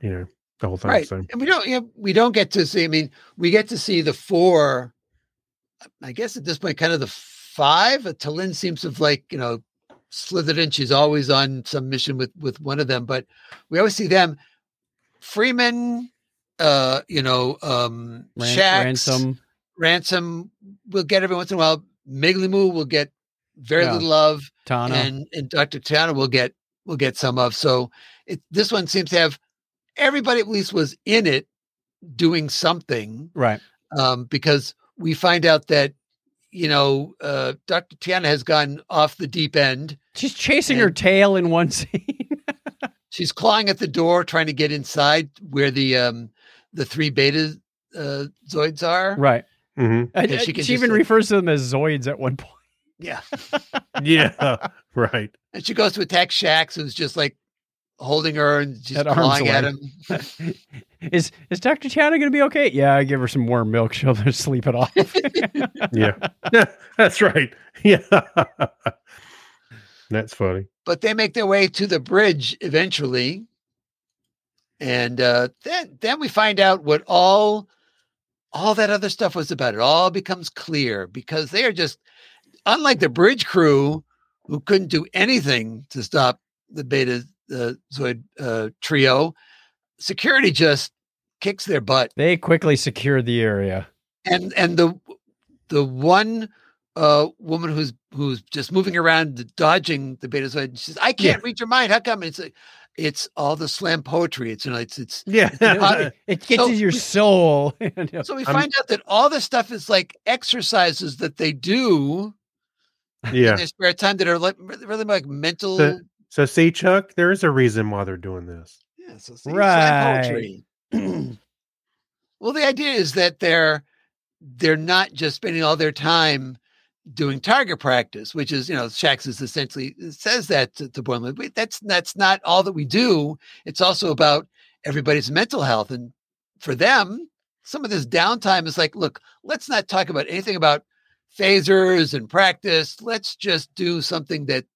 you know the whole thing. right, So and we don't you know, we don't get to see. I mean, we get to see the four. I guess at this point, kind of the five. Uh, Talin seems to have like you know slithered in. She's always on some mission with with one of them, but we always see them. Freeman, uh, you know, um, Ran- Shax, ransom. Ransom will get every once in a while. Migley Moo will get very Yeah. little of, Tana. and and Dr. Tana will get will get some of. So it, this one seems to have everybody at least was in it doing something right. um, because we find out that you know uh, Dr. Tana has gone off the deep end. She's chasing her and- tail in one scene. She's clawing at the door trying to get inside where the um, the three beta uh, zoids are. right. mhm. And, Yeah, she can and she, just, even like- refers to them as Zoids at one point. Yeah. yeah, right. And she goes to attack Shax, who's just like holding her and just At arm's clawing at him. length. is is Dr. Chana gonna be okay? Yeah, I give her some warm milk. She'll just sleep it off. Yeah, that's right. Yeah, that's funny. But they make their way to the bridge eventually. And uh, then then we find out what all all that other stuff was about. It all becomes clear because they are just unlike the bridge crew who couldn't do anything to stop the beta uh, zoid uh, trio. Security just kicks their butt. they quickly secure the area. and and the the one uh woman who's who's just moving around dodging the beta zoid and she says i can't read your mind how come it's like, it's all the slam poetry it's you know it's it's Yeah, it, it gets so- to your soul. And, uh, so we I'm- find out that all this stuff is like exercises that they do in yeah. their spare time that are like really really like mental So- So see, Chuck, there is a reason why they're doing this. Yeah, so see, slam Right. poetry. well, the idea is that they're they're not just spending all their time doing target practice, which is you know Shax is essentially uh, says that to, to Boimler. "Wait, That's that's not all that we do. It's also about everybody's mental health, and for them, some of this downtime is like, look, let's not talk about anything about phasers and practice. Let's just do something that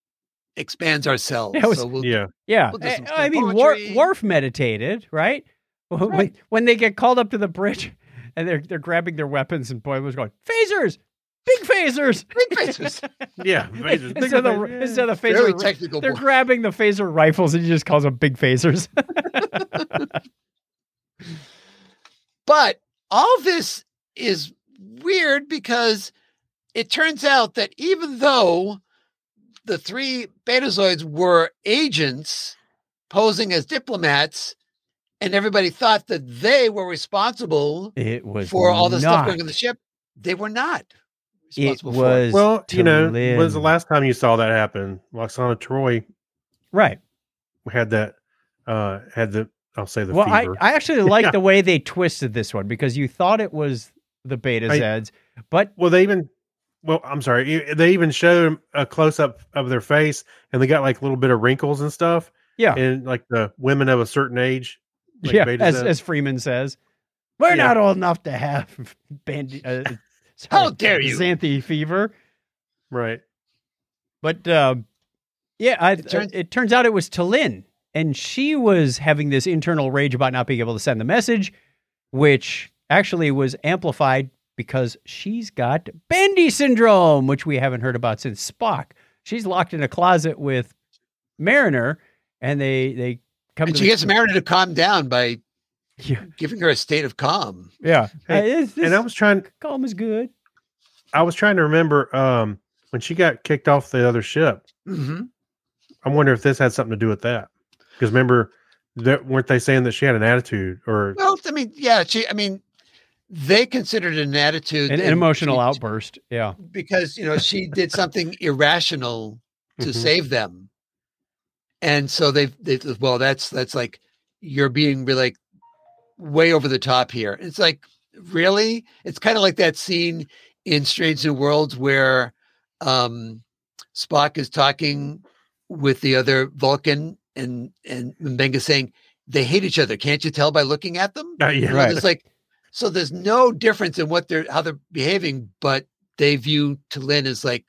expands ourselves. Yeah, it was- so we'll Yeah, yeah. Eh, We'll do some I, I mean War, poetry. Worf meditated, right? When, Right. when they get called up to the bridge and they're they're grabbing their weapons and Boimler's going, Phasers! Big phasers! big faces. yeah. Vader's- instead, of the, Yeah. instead of the Very phaser, technical. they're boy. grabbing the phaser rifles and he just calls them big phasers. But all this is weird because it turns out that even though the three betazoids were agents posing as diplomats, and everybody thought that they were responsible It was for all the stuff not- going on the ship, they were not It responsible for it. was well, you know, when's the T'Lin. last time you saw that happen? Loxana Troy right. had that. uh Had the I'll say the well, I, fever. I actually like Yeah. the way they twisted this one because you thought it was the beta I- Zeds, but well, they even. Well, I'm sorry. e- They even showed a close up of their face, and they got like a little bit of wrinkles and stuff. Yeah. and like the women of a certain age. Like yeah, Beta as, Zed. as Freeman says, we're Yeah. not old enough to have band- uh, How dare you." Xanthi fever. right? But um, yeah, I, it, It turns- it turns out it was Talin, and she was having this internal rage about not being able to send the message, which actually was amplified because she's got Bendy syndrome, which we haven't heard about since Spock. She's locked in a closet with Mariner, and they they come. And to she the- gets Mariner to calm down by Yeah, giving her a state of calm. yeah. Hey, Uh, it's- And I it's- was trying calm is good. I was trying to remember um when she got kicked off the other ship. Mm-hmm. I wonder if this had something to do with that. Because remember that weren't they saying that she had an attitude or Well, I mean, yeah, she. I mean, they considered it an attitude, An, an and emotional she- outburst. Yeah, because you know she did something irrational to Mhm. save them, and so they've they well that's that's like you're being really like way over the top here. It's like really, it's kind of like that scene in Strange New Worlds where um Spock is talking with the other Vulcan and and Mbenga saying they hate each other. Can't you tell by looking at them? Uh, yeah. You know, Right. It's like so there's no difference in what they're how they're behaving, but they view Talin as like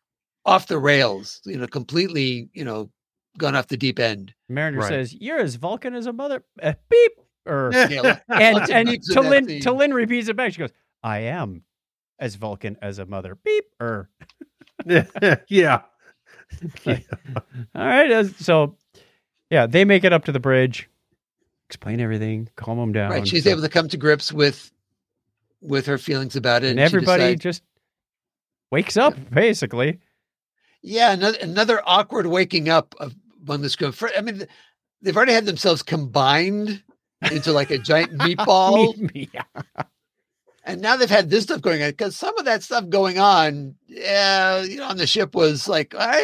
off the rails, you know, completely, you know, gone off the deep end. Mariner Right. says you're as Vulcan as a mother. Uh, beep or Yeah, like- and Lots of and nuts in that Talin scene. Talin repeats it back. She goes, "I am as Vulcan as a mother." Beep er. or yeah. All right. uh, So, yeah, they make it up to the bridge, explain everything, calm them down. Right. She's So- able to come to grips with with her feelings about it. and she everybody decides- just wakes up, basically. yeah, another another awkward waking up of among this group. For- I mean, th- they've already had themselves combined into like a giant meatball. Meet me. Yeah. and now they've had this stuff going on because some of that stuff going on, yeah, you know, on the ship was like, I, I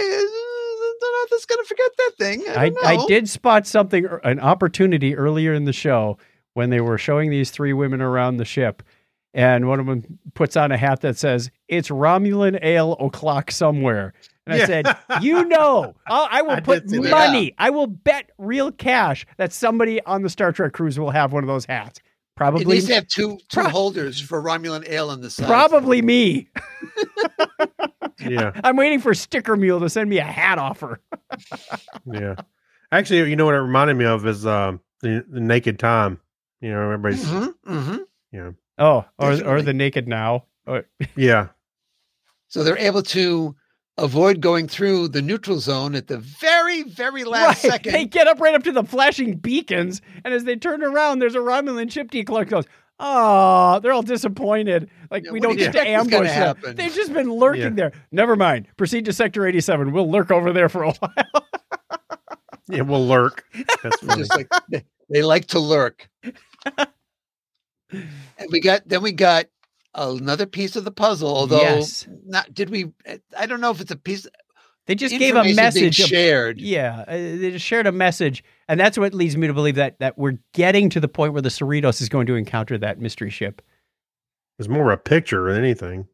don't know if it's gonna forget that thing. I, I, don't I know. did spot something, ear- an opportunity earlier in the show when they were showing these three women around the ship. And one of them puts on a hat that says, It's Romulan ale o'clock somewhere. And I said, You know, I'll, I will I put did see that. money. I will bet real cash that somebody on the Star Trek cruise will have one of those hats. It Probably, needs to have two two Pro- holders for Romulan ale on the side. probably me. Yeah. I'm waiting for Sticker Mule to send me a hat offer. Yeah. Actually, you know what it reminded me of is um the, the naked time. You know, everybody's Mhm, mhm. Oh, or, or Definitely. the Naked Now. Or, yeah. So they're able to avoid going through the neutral zone at the very, very last Right. second. They get up right up to the flashing beacons, and as they turn around, there's a Romulan ship declerk goes, Oh, they're all disappointed. Like Yeah, we what don't do you get to expect was gonna ambush them. happen? They've just been lurking Yeah. there. Never mind. Proceed to sector 87. We'll lurk over there for a while. Yeah, we'll lurk. That's It's funny. just like they, they like to lurk. and we got then we got another piece of the puzzle. Although Yes. not did we? I don't know if it's a piece. They just gave a information being message. of- shared. yeah, uh, they just shared a message, and that's what leads me to believe that that we're getting to the point where the Cerritos is going to encounter that mystery ship. It's more a picture than anything.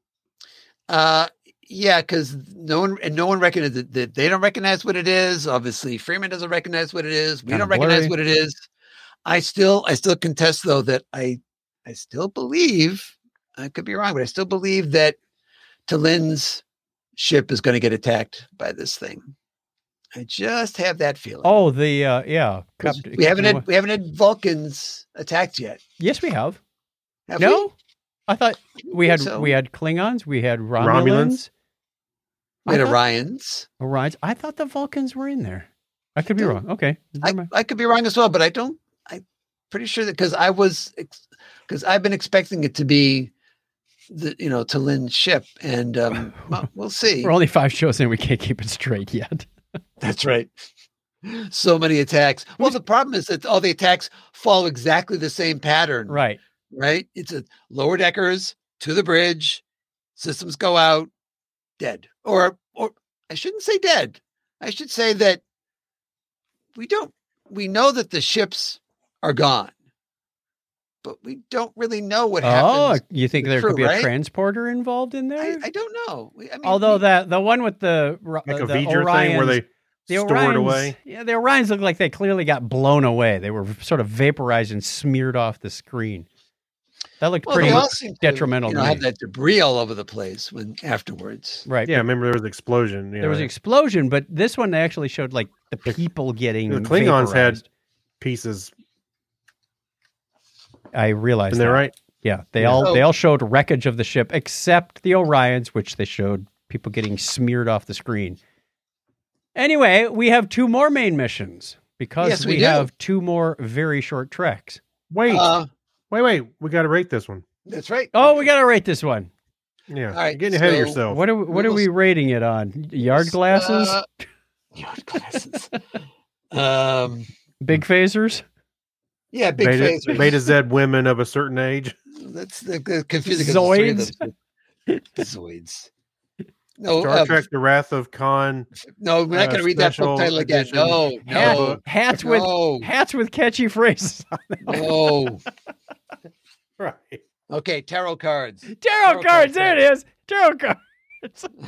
Uh, yeah, because no one and no one recognizes that that they don't recognize what it is. Obviously, Freeman doesn't recognize what it is. We Kinda don't recognize blurry. what it is. I still, I still contest though that I, I still believe. I could be wrong, but I still believe that Talin's ship is going to get attacked by this thing. I just have that feeling. Oh, the uh, yeah, 'Cause Cap- we haven't had we haven't had Vulcans attacked yet. Yes, we have. Have we? no, I thought I don't we think had so. we had Klingons, we had Romulans? Romulans, We had I thought- Orions. Orions. I thought the Vulcans were in there. I could be wrong. Okay, I, Never mind. I could be wrong as well, but I don't. I'm pretty sure that because I was because I've been expecting it to be the you know to Lynn's ship, and um, well, we'll see. we're only five shows in. We can't keep it straight yet. That's right. So many attacks. Well, the problem is that all the attacks follow exactly the same pattern, Right. right? It's a lower deckers to the bridge, systems go out, dead. Or or I shouldn't say dead. I should say that we don't we know that the ships are gone. But we don't really know what Oh, happens. you think the there crew, could be a right? transporter involved in there? I, I don't know. We- I mean, Although we- that the one with the ro- Like uh, a the V'ger thing where Orions- they the store Orions, it away. Yeah, the Orions look like they clearly got blown away. They were sort of vaporized and smeared off the screen. That looked well, pretty they all seem to, detrimental You to know, have me. that debris all over the place when afterwards. right. Yeah, remember there was an explosion. You There was an know, explosion, but this one they actually showed like the people getting the Klingons had vaporized. pieces. I realized Isn't that that. right? Yeah, they Yeah. all So- they all showed wreckage of the ship except the Orions, which they showed people getting smeared off the screen. Anyway, we have two more main missions. because Yes, we, we do. have two more very short treks. Wait, Uh, wait, wait. We got to rate this one. that's right. Oh, we gotta rate this one. Yeah, All right, you're getting ahead so of yourself. What are we, what we are will we s- rating it on? Yard glasses, Uh, yard glasses. um, big phasers. yeah, big Beta, phasers. beta Z women of a certain age. That's the, the confusing. 'cause there's three of Zoids? them. Zoids. No, Star uh, Trek: The Wrath of Khan. no, we're not uh, going to read that special book title again. edition No, Hat- no, hats with no, hats with catchy phrases. no. Right. Okay, tarot cards. Tarot Tarot cards. cards, There it yeah. is. Tarot cards. Oh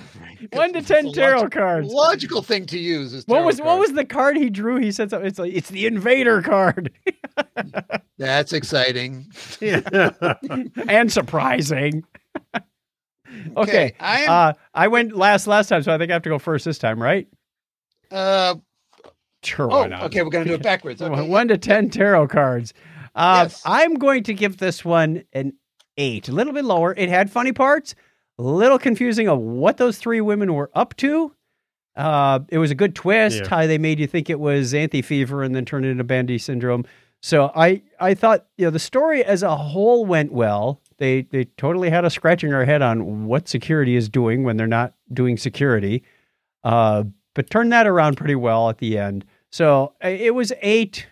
One to It's a ten log- tarot cards. Logical thing to use is What tarot was what cards. was the card he drew? He said something. It's like it's the invader card, That's exciting. Yeah. and surprising. okay, I am. uh, I went last last time, so I think I have to go first this time, right? uh, Sure, oh, why not? okay, we're going to do it backwards. Okay. One to ten tarot cards. Uh, Yes. I'm going to give this one an eight, a little bit lower. It had funny parts, a little confusing of what those three women were up to. Uh, it was a good twist Yeah. how they made you think it was Xanthi fever and then turned it into Bandy syndrome. So I I thought you know the story as a whole went well. They they totally had us scratching our head on what security is doing when they're not doing security. Uh, but turned that around pretty well at the end. So uh, it was eight,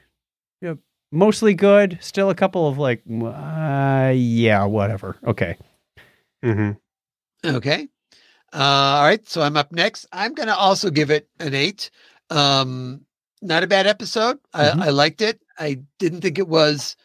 you know, mostly good. Still a couple of like, uh, yeah, whatever. Okay. hmm Okay. Uh, all right. So I'm up next. I'm going to also give it an eight. Um, not a bad episode. I, Mhm. I liked it. I didn't think it was,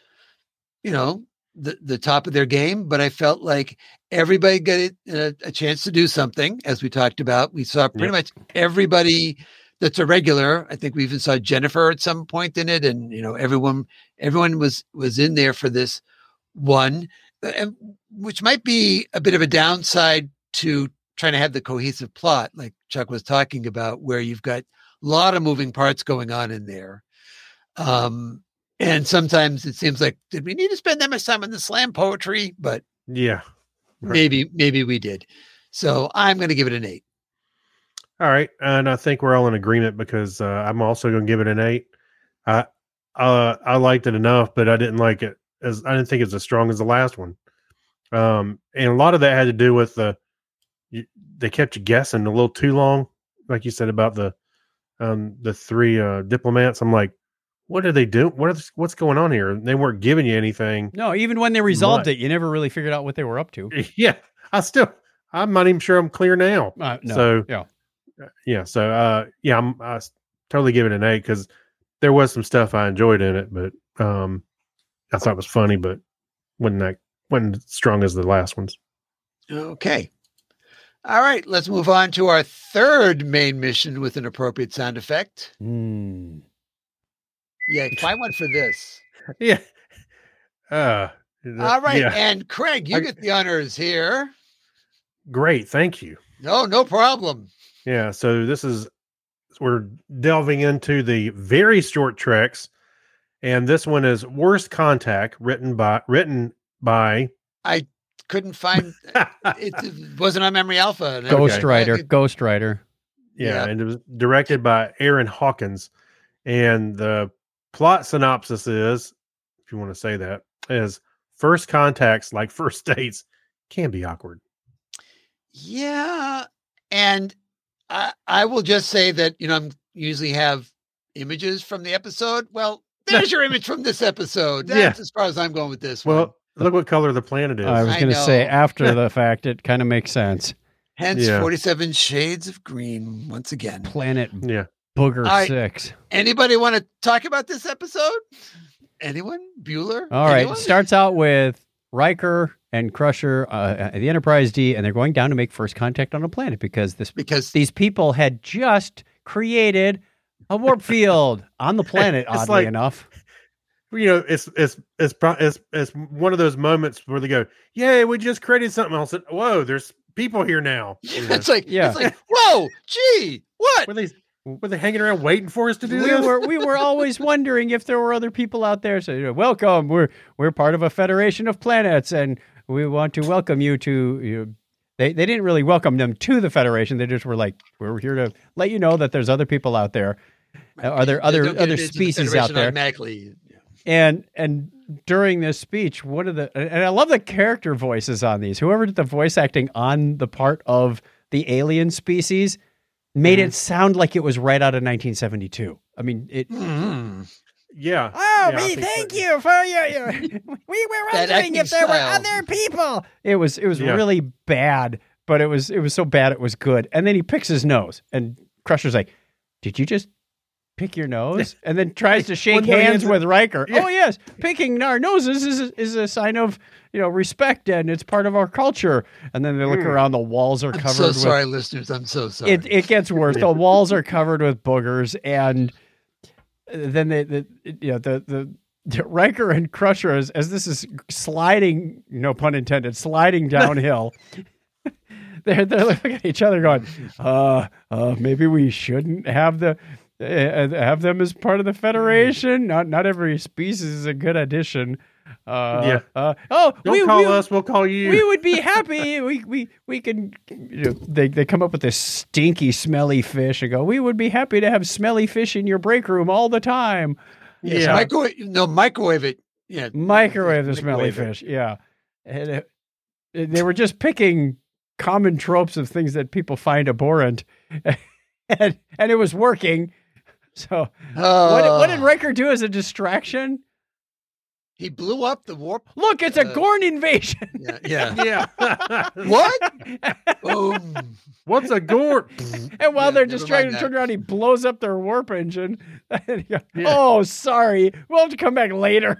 you know, the, the top of their game, but I felt like everybody got it- a, a chance to do something. As we talked about, we saw pretty Yep. much everybody that's a regular. I think we even saw Jennifer at some point in it, and you know, everyone everyone was was in there for this one, uh, and which might be a bit of a downside to trying to have the cohesive plot, like Chuck was talking about, where you've got a lot of moving parts going on in there. Um, and sometimes it seems like, did we need to spend that much time on the slam poetry? But Yeah. Right. maybe, maybe we did. So I'm going to give it an eight. All right, and I think we're all in agreement because uh, I'm also going to give it an eight. I uh, I liked it enough, but I didn't like it as I didn't think it was as strong as the last one. Um, and a lot of that had to do with the you, they kept you guessing a little too long, like you said about the um the three uh, diplomats. I'm like, what are they doing? What are, what's going on here? They weren't giving you anything. No, even when they resolved Right. it, you never really figured out what they were up to. yeah, I still I'm not even sure I'm clear now. Uh, no. So yeah. yeah. So uh, yeah, I'm I s- totally giving it an eight because there was some stuff I enjoyed in it, but um, I thought it was funny, but wasn't that wasn't as strong as the last ones. Okay. All right. Let's move on to our third main mission with an appropriate sound effect. Hmm. Yeah. Find one for this. Yeah. Uh. th- All right. Yeah. And Craig, you I- get the honors here. Great. Thank you. No, no problem. Yeah, so this is we're delving into the very short treks, and this one is "Worst Contact," written by written by. Couldn't find it wasn't on Memory Alpha. and I- Ghost Okay. Rider. Ghost Rider. Yeah. Yeah, and it was directed by Aaron Hawkins. And the plot synopsis is, if you want to say that, is first contacts like first dates can be awkward. Yeah, and I I will just say that you know I'm usually have images from the episode. Well, there's your image from this episode. Yeah. That's as far as I'm going with this. one. Well, look what color the planet is. I was I going to say know. after the fact, it kind of makes sense. hence yeah. 47 shades of green once again. Planet yeah. Booger I- Six. Anybody want to talk about this episode? Anyone? Bueller? All right. Anyone? Starts out with Riker and Crusher, uh, the Enterprise D, and they're going down to make first contact on a planet because this because these people had just created a warp field on the planet, It's oddly like- enough. You know, it's it's it's pro- it's it's one of those moments where they go, "Yay, we just created something else." And, Whoa, there's people here now. You know, it's like Yeah. it's like whoa, gee, what? were they were they hanging around waiting for us to do We this? were we were always wondering if there were other people out there. So you know, welcome. We're we're part of a federation of planets, and we want to welcome you to. You know, they they didn't really welcome them to the federation. They just were like, we're here to let you know that there's other people out there. Are there They other- don't get other it into the species Federation out there? Automatically. and and during this speech what are the and i love the character voices on these whoever did the voice acting on the part of the alien species made Mm-hmm. it sound like it was right out of 1972 i mean it Mm. Yeah. Oh, Yeah, I we think thank so. you for your. your we were That wondering if acting there style. were other people. It was it was Yeah. really bad, but it was it was so bad it was good. And then he picks his nose, and Crusher's like, "Did you just pick your nose?" And then tries to shake Well, no, he hands ends up- with Riker. Yeah. Oh yes, picking our noses is a, is a sign of you know respect, and it's part of our culture. And then they look Hmm. around; the walls are I'm covered. so with, sorry, listeners. I'm so sorry. it, it gets worse. The walls are covered with boogers, and then the, the you know the the. the Riker and Crusher, as, as this is sliding, no pun intended, sliding downhill, they're, they're looking at each other going, uh, uh, maybe we shouldn't have the uh, uh, have them as part of the Federation. Not not every species is a good addition. Uh, Yeah. Uh, oh, Don't we, call we, us. We'll call you. we would be happy. We we we can. You know, they they come up with this stinky, smelly fish and go. We would be happy to have smelly fish in your break room all the time. Yes, yeah. microwave. No, microwave it. Yeah, Microwave the smelly Microwave it. fish. Yeah, and it, they were just picking common tropes of things that people find abhorrent, and and it was working. So what, what did Oh. Riker do as a distraction? He blew up the warp. Look, it's a Uh, Gorn invasion. Yeah. yeah. yeah. what? Boom. What's a gourd? And while Yeah, never they're distracted, mind that. turn around, he blows up their warp engine. And he goes, Yeah. Oh, sorry. We'll have to come back later.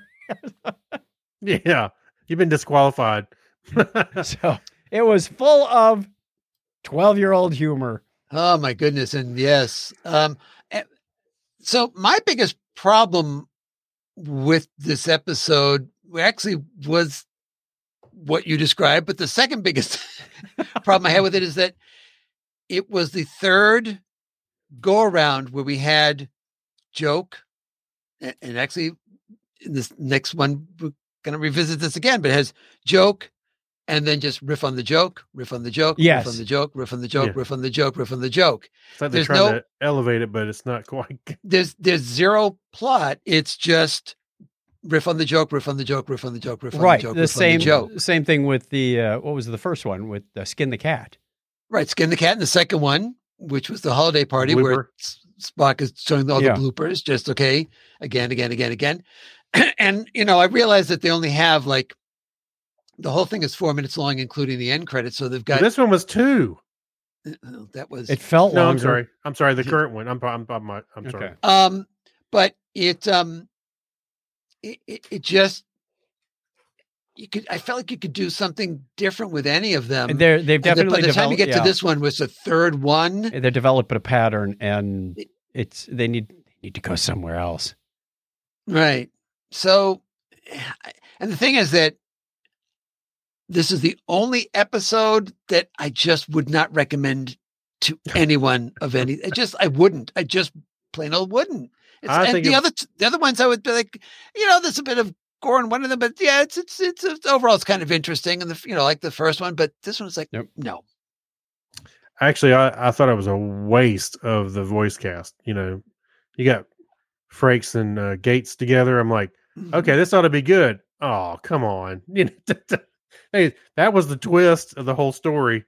yeah. You've been disqualified. so it was full of 12 year old humor. Oh my goodness. And yes. Um eh, so my biggest problem with this episode actually was what you described, but the second biggest problem I had with it is that it was the third go around where we had joke a- and actually in this next one we're going to revisit this again but it has joke and then just riff on the joke riff on the joke Yes. riff on the joke riff on the joke Yeah. riff on the joke riff on the joke It's like they're There's trying no- to elevate it, but it's not quite. there's there's zero plot it's just riff on the joke riff on the joke riff on the joke riff on Right. the joke The riff on same the joke same thing with the, uh, what was the first one with uh, Skin the Cat? right skin the cat and the second one which was the holiday party Blooper. where S- spock is showing all Yeah. the bloopers just okay again again again again and you know i realized that they only have like the whole thing is four minutes long including the end credits so they've got This one was two. Uh, that was It felt No, longer. I'm sorry. I'm sorry. The current one. I'm. I'm. I'm, I'm, I'm sorry. Okay. um but it um it, it, it just you could i felt like you could do something different with any of them And they're, they've And then definitely by the time you developed- get to yeah. this one was the third one they're developing a pattern and it's, they need, they need to go somewhere else. Right. So, I- and the thing is that this is the only episode that I just would not recommend to anyone of any. I just I wouldn't. I just plain old wouldn't. It's, I and think the it- other t- the other ones I would be like, you know, there's a bit of gore in one of them, but yeah, it's it's it's, it's overall it's kind of interesting, and the f- you know like the first one, but this one's like Yep. no, Actually, I, I thought it was a waste of the voice cast. You know, you got Frakes and uh, Gates together. I'm like, Mm-hmm. okay, this ought to be good. Oh, come on. You know, hey, that was the twist of the whole story.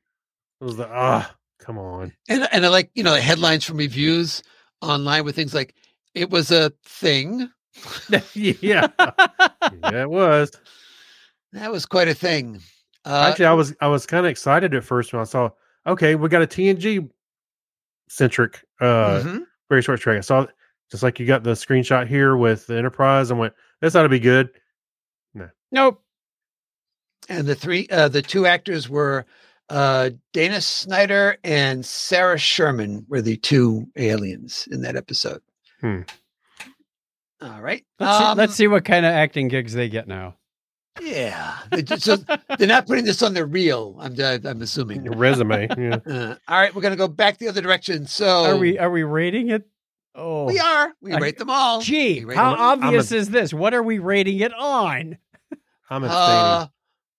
It was the ah, come on. And and I like you know the headlines from reviews online with things like it was a thing. yeah, yeah, it was. That was quite a thing. Uh, Actually, I was I was kind of excited at first when I saw. Okay, we got a TNG centric uh, mhm. very short track. I saw just like you got the screenshot here with the Enterprise. I went, this ought to be good. Nope. and the three uh, the two actors were uh, Dana Snyder and Sarah Sherman were the two aliens in that episode. Hmm. All right. Let's, see, Um, let's see what kind of acting gigs they get now. Yeah. They ju- so they're not putting this on their reel. I'm uh, I'm assuming. Your resume. yeah. Uh, all right, we're going to go back the other direction. So Are we are we rating it? Oh, We are. We I- rate them all. We Gee, rate how them- I'm a- obvious is this? What are we rating it on? I'm Uh,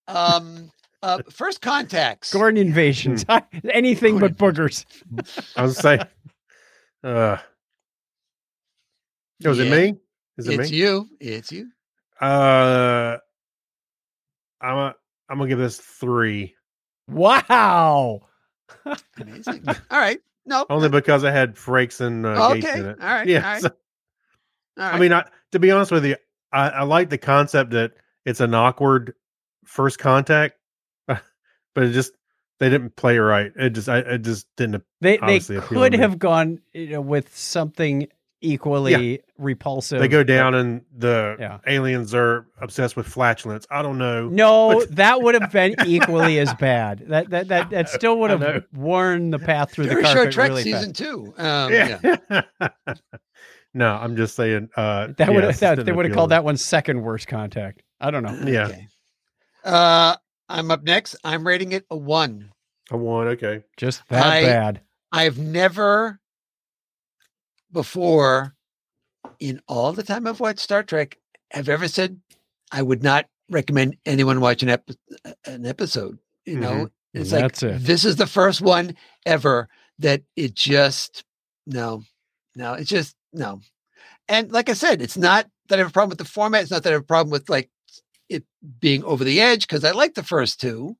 abstaining. um. Uh, first contacts. Gorn invasions. Hmm. Anything but boogers. I was saying, uh, Oh, is it Yeah. me? Is it it's me? you. It's you. Uh, I'm a, I'm gonna give this three Wow. Amazing. All right. No. only because I had Frakes and uh, Gates Uh Oh, Okay. in it. All right. Yeah, All right. so- All I right. mean, I, to be honest with you, I, I like the concept that it's an awkward first contact, but it just they didn't play it right. It just I it just didn't. They Obviously they appealing could to me. have gone you know, with something equally repulsive. they go down and the Yeah. aliens are obsessed with flatulence. I don't know. No, that would have been equally as bad. That that that, that still would I have worn the path through the Very short carpet Trek really fast. season two. Um, yeah. yeah. no, I'm just saying. Uh, That yeah, would it's just that, didn't they would have appeal called to that one second worst contact. I don't know. me. Yeah, Okay. Uh, I'm up next. I'm rating it a one. a one. Okay. Just that I- bad. I've never before in all the time I've watched Star Trek have ever said I would not recommend anyone watch an, epi- uh, an episode. You know, And Mm-hmm. it's like that's it. this is the first one ever that it just no, no, it's just no. And like I said, it's not that I have a problem with the format. It's not that I have a problem with like it being over the edge because I like the first two.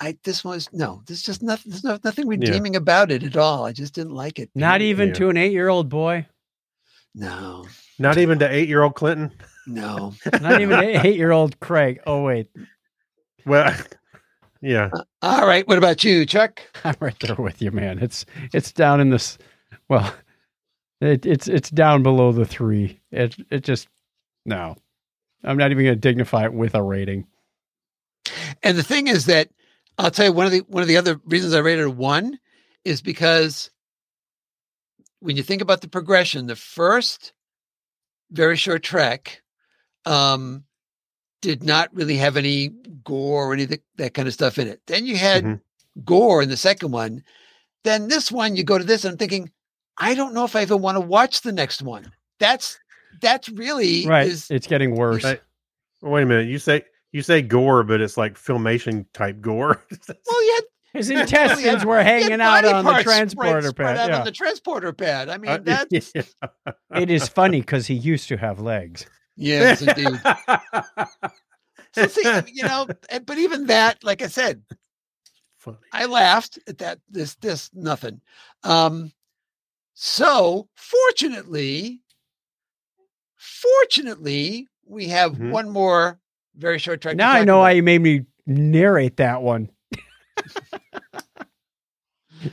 I this was no, there's just nothing. There's no, nothing redeeming about it at all. I just didn't like it. Not period. even Yeah. to an eight year old boy. No, Not even to eight year old Clinton. no. Not even an eight year old Craig. Oh wait, Well, yeah. all right. What about you, Chuck? I'm right there with you, man. It's it's down in this. Well, it, it's it's down below the three. It it just no. I'm not even going to dignify it with a rating. And the thing is that I'll tell you one of the one of the other reasons I rated it a one is because when you think about the progression, the first very short track um, did not really have any gore or any of the, that kind of stuff in it. Then you had Mhm. Mm-hmm. gore in the second one. Then this one, you go to this, and I'm thinking, I don't know if I even want to watch the next one. That's that's really Right, is it's getting worse. Right. Well, wait a minute. You say you say gore, but it's like filmation type gore. well, you had His Well, intestines Oh, yeah. were hanging Dead out body on the parts spread- transporter spread pad. out Yeah. on the transporter pad. I mean, Uh, that's yeah. it is funny because he used to have legs. yes, indeed. So see, you know, and- but even that, like I said, Funny. I laughed at that. This, this, nothing. Um, so fortunately, fortunately, we have Mhm. one more very short track. to Mm-hmm. now I talk know about. why you made me narrate that one.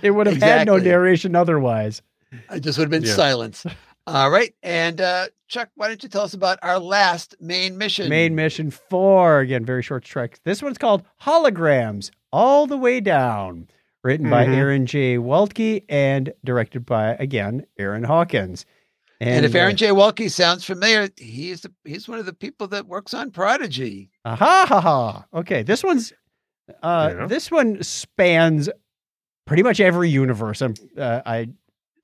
it would have had no Exactly. narration otherwise. I just would have been Yeah. silence. All right, and uh, Chuck, why don't you tell us about our last main mission? Main mission four. Again, very short trek. This one's called Holograms All the Way Down, written by Mm-hmm. Mhm. Aaron J. Weltke and directed by, again, Aaron Hawkins. And if Aaron uh, J. Welke sounds familiar, he's the, he's one of the people that works on Prodigy. Aha ha ha. Okay, this one's uh Yeah. this one spans pretty much every universe. I'm uh, I,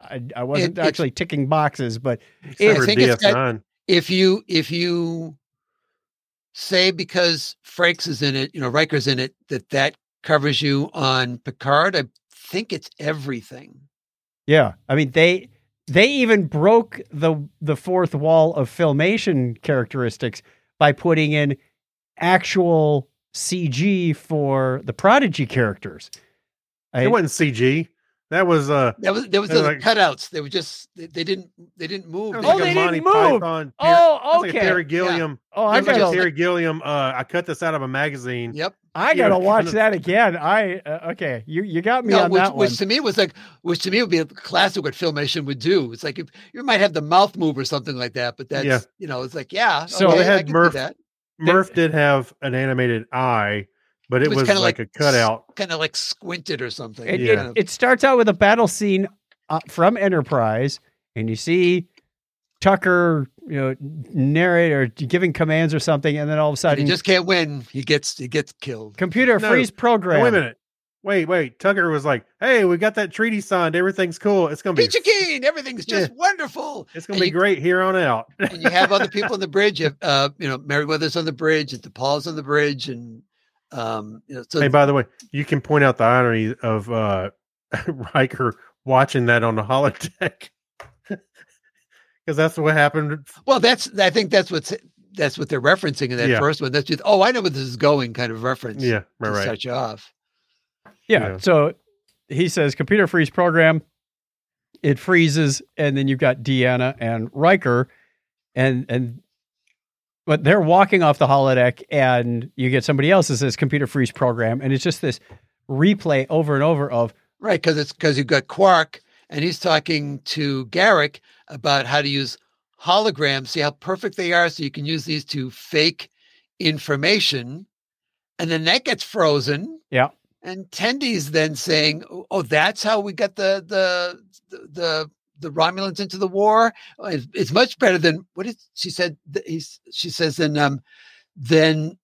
I I wasn't it's- actually ticking boxes, but I For think it's got- DS9. If you if you say because Frakes is in it, you know Riker's in it, that that covers you on Picard. I think it's everything. yeah. I mean they they even broke the the fourth wall of filmation characteristics by putting in actual CG for the prodigy characters. I- It wasn't CG. That was uh That was there was They're the like- cutouts. They were just they, they didn't they didn't move. that was Oh, like they a didn't Monty move. Python. Ter- oh, That's like a okay. Terry Gilliam. Oh, Yeah, I That's like gotta- a got Terry Gilliam. Uh, I cut this out of a magazine. Yep. I got Yeah, to watch kind of- that again. I uh, okay, you you got me No, on which, that one. which to me was like, which to me would be a classic what filmation would do. It's like if, you might have the mouth move or something like that, but that's Yeah. you know, it's like yeah. So they okay, I had can do Murph- that. Murph did have an animated eye, but it, It was was, kinda like, like a cutout. kind of like squinted or something. It, Yeah. it, it starts out with a battle scene uh, from Enterprise, and you see Tucker, you know, narrate or giving commands or something, and then all of a But he sudden, just can't win. He gets he gets killed. computer No. freeze program. Now, wait a minute. Wait, wait. Tucker was like, "Hey, we got that treaty signed. Everything's cool. It's gonna be Peachy Keen, everything's just wonderful. it's gonna And be you- great here on out." And you have other people on the bridge. You have, uh, you know, Merriweather's on the bridge, and DePaul's on the bridge, and um, you know, so hey, by the way, you can point out the irony of uh Riker watching that on the holodeck. because that's what happened. Well, that's I think that's what's that's what they're referencing in that Yeah. first one. That's just oh, I know where this is going kind of reference. Yeah, right, to right. Such off. Yeah. Yeah. So he says computer freeze program. It freezes, and then you've got Deanna and Riker, and and but they're walking off the holodeck, and you get somebody else that says computer freeze program, and it's just this replay over and over of Right, because it's because you've got Quark and he's talking to Garrick about how to use holograms, see how perfect they are, so you can use these to fake information. And then that gets frozen. Yeah. And Tendy's then saying, "Oh, "Oh, that's how we got the the the the, the Romulans into the war. Oh, It's, it's much better than what is she said. th- He's, she says then um then